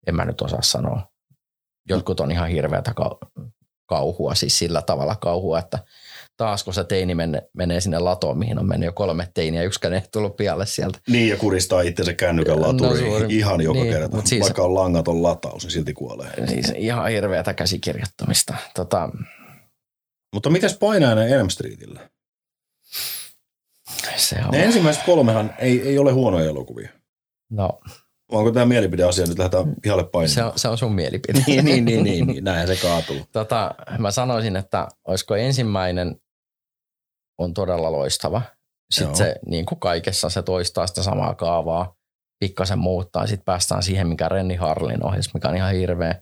En mä nyt osaa sanoa. Jotkut on ihan hirveätä kau- kauhua, siis sillä tavalla kauhua, että taas kun se teini menne, menee sinne latoon, mihin on mennyt jo kolme teiniä, yksikään ei tullut pialle sieltä. Niin, ja kuristaa itsensä kännykän No laturiin suurin- ihan joka niin, niin, kerta. mut Siis... siis- Vaikka on langaton lataus, niin silti kuolee. Siis ihan hirveätä käsikirjoittamista. Tota, Mutta mitäs painajainen Elm Streetillä? se on, Ne ensimmäiset kolmehan ei, ei ole huonoja elokuvia. no, Onko tämä mielipideasia, nyt lähdetään pihalle se, painamaan? on, se on <laughs> sun mielipide. niin, niin, niin, niin, niin, näinhän se kaatuu. Tota, mä sanoisin, että olisiko ensimmäinen on todella loistava. Sitten Joo. Joo. se, niin kuin kaikessa, se toistaa sitä samaa kaavaa, pikkasen muuttaa. Sitten päästään siihen, mikä Renni Harlin ohjelma, mikä on ihan hirveä.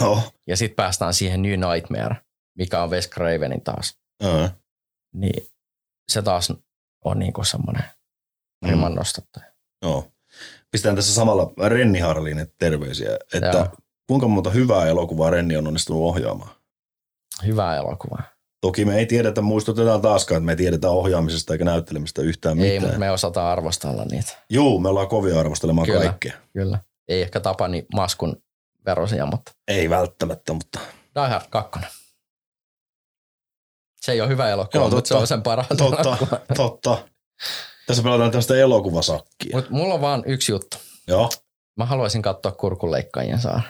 Joo. Ja sitten päästään siihen New Nightmare, mikä on Wes Cravenin taas. Öö. Niin se taas on niin kuin semmoinen Mm. riman nostattaja. Joo. Pistän tässä samalla Renni Harlinille terveisiä, että Joo. kuinka monta hyvää elokuvaa Renni on onnistunut ohjaamaan. Hyvä elokuva. Toki me ei tiedetä, muistutetaan taaskaan, että me ei tiedetä ohjaamisesta eikä näyttelemistä yhtään Ei, mutta mitään. me osataan arvostella niitä. Juu, me ollaan kovia arvostelemaan Kyllä. kaikkea. Kyllä. Ei ehkä Tapani Maskun verosia, mutta Ei välttämättä, <laughs> mutta Die Hard 2. Se ei ole hyvä elokuva, Joo, Joo, mutta totta. se on sen paras totta, elokuva. totta. Tässä pelataan tästä elokuvasakkia. <laughs> Mut mulla on vaan yksi juttu. Joo, Mä haluaisin katsoa kurkunleikkaajien saara.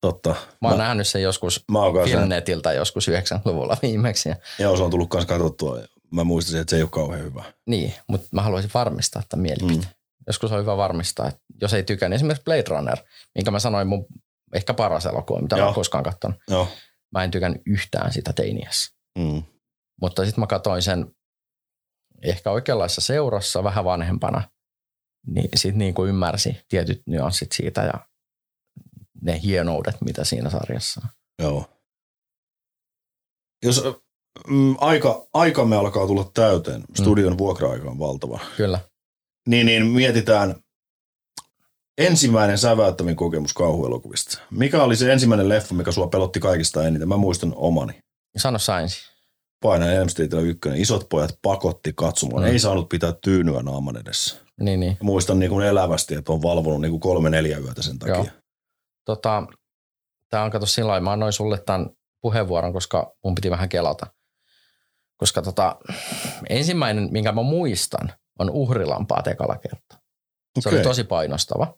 totta. Mä oon mä, nähnyt sen joskus mä oon kanssa, Filmnetiltä joskus 90-luvulla viimeksi. Ja, joo, se on tullut kanssa katsottua. Mä muistasin, että se ei ole kauhean hyvä. niin, mutta mä haluaisin varmistaa tämän mielipiteen. Mm. Mm. Joskus on hyvä varmistaa, että jos ei tykkää, niin esimerkiksi Blade Runner, minkä mä sanoin mun ehkä paras elokuva, mitä Joo. mä Joo. oon koskaan katsonut. Joo. Mä en tykännyt yhtään sitä teiniässä. Mm. Mutta sitten mä katsoin sen ehkä oikeanlaisessa seurassa vähän vanhempana. Niin sitten niin kuin ymmärsi tietyt nyanssit siitä ja ne hienoudet, mitä siinä sarjassa on. Joo. Jos ö, mm, aika, aikamme alkaa tulla täyteen, Mm. studion vuokra-aika on valtava, Kyllä. niin, niin mietitään ensimmäinen säväyttävin kokemus kauhuelokuvista. Mikä oli se ensimmäinen leffa, mikä sua pelotti kaikista eniten? Mä muistan omani. Sano Sainz. Paina Elm Streetillä ykkönen. Isot pojat pakotti katsomaan. Mm. Ei saanut pitää tyynyä naaman edessä. Niin, niin. Muistan niin kuin elävästi, että on valvonut niin kuin kolme neljä yötä sen takia. Joo. Tota, tämä on kato sillä lailla, mä annoin sulle tämän puheenvuoron, koska mun piti vähän kelata. Koska tota, ensimmäinen, minkä mä muistan, on uhrilampaa tekalla kertaa. Se okay. oli Okei. tosi painostava.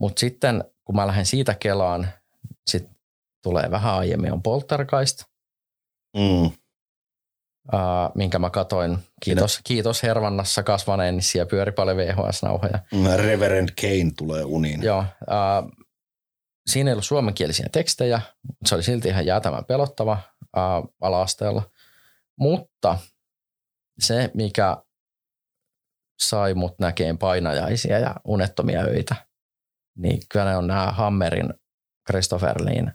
Mutta sitten, kun mä lähden siitä Kelaan, sit tulee vähän aiemmin on Poltergeist, Mm. äh, minkä mä katoin. Kiitos, kiitos Hervannassa kasvaneeni, siellä pyöri paljon VHS-nauhoja. Mm, Reverend Kane tulee uniin. Joo, äh, siinä ei ollut suomenkielisiä tekstejä, mutta se oli silti ihan jäätävän pelottava äh, ala-asteella. Mutta se, mikä sai mut näkeen painajaisia ja unettomia öitä, niin kyllä ne on nämä Hammerin Christopher Leen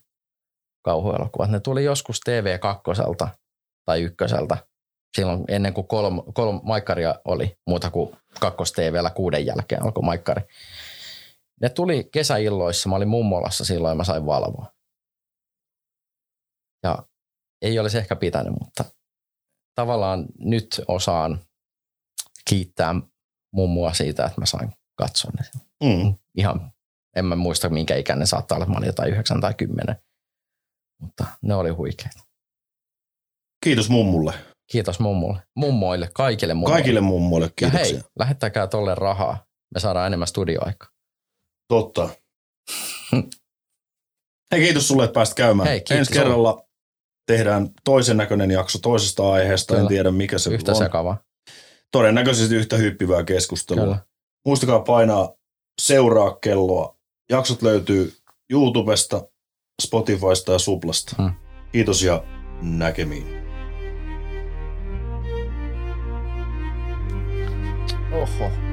kauhuelokuvat. Ne tuli joskus TV2 tai ykköseltä silloin ennen kuin kolme, kolme maikkaria oli, muuta kuin kakkos TVllä kuuden jälkeen alkoi maikkari. Ne tuli kesäilloissa, mä olin mummolassa silloin ja mä sain valvoa. Ja ei olisi ehkä pitänyt, mutta tavallaan nyt osaan kiittää mummoa siitä, että mä sain katsoa ne. Mm. Ihan, en mä muista minkä ikäinen saattaa olla, mä olin jotain 9 tai 10. Mutta ne oli huikeita. Kiitos mummulle. Kiitos mummolle. Mummoille, kaikille mummoille. Kaikille mummoille ja kiitoksia. hei, lähettäkää tolle rahaa. Me saadaan enemmän studioaikaa. Totta. <laughs> Hei, kiitos sulle, että pääsit käymään. Hei, kiitos Ensi kerralla tehdään toisen näköinen jakso toisesta aiheesta. En Kyllä. tiedä, mikä se Yhtä on. sekavaa. Todennäköisesti yhtä hyppivää keskustelua. Kyllä. Muistakaa painaa seuraa kelloa. Jaksot löytyy YouTubesta, Spotifysta ja Suplasta. Hmm. Kiitos ja näkemiin. Oho.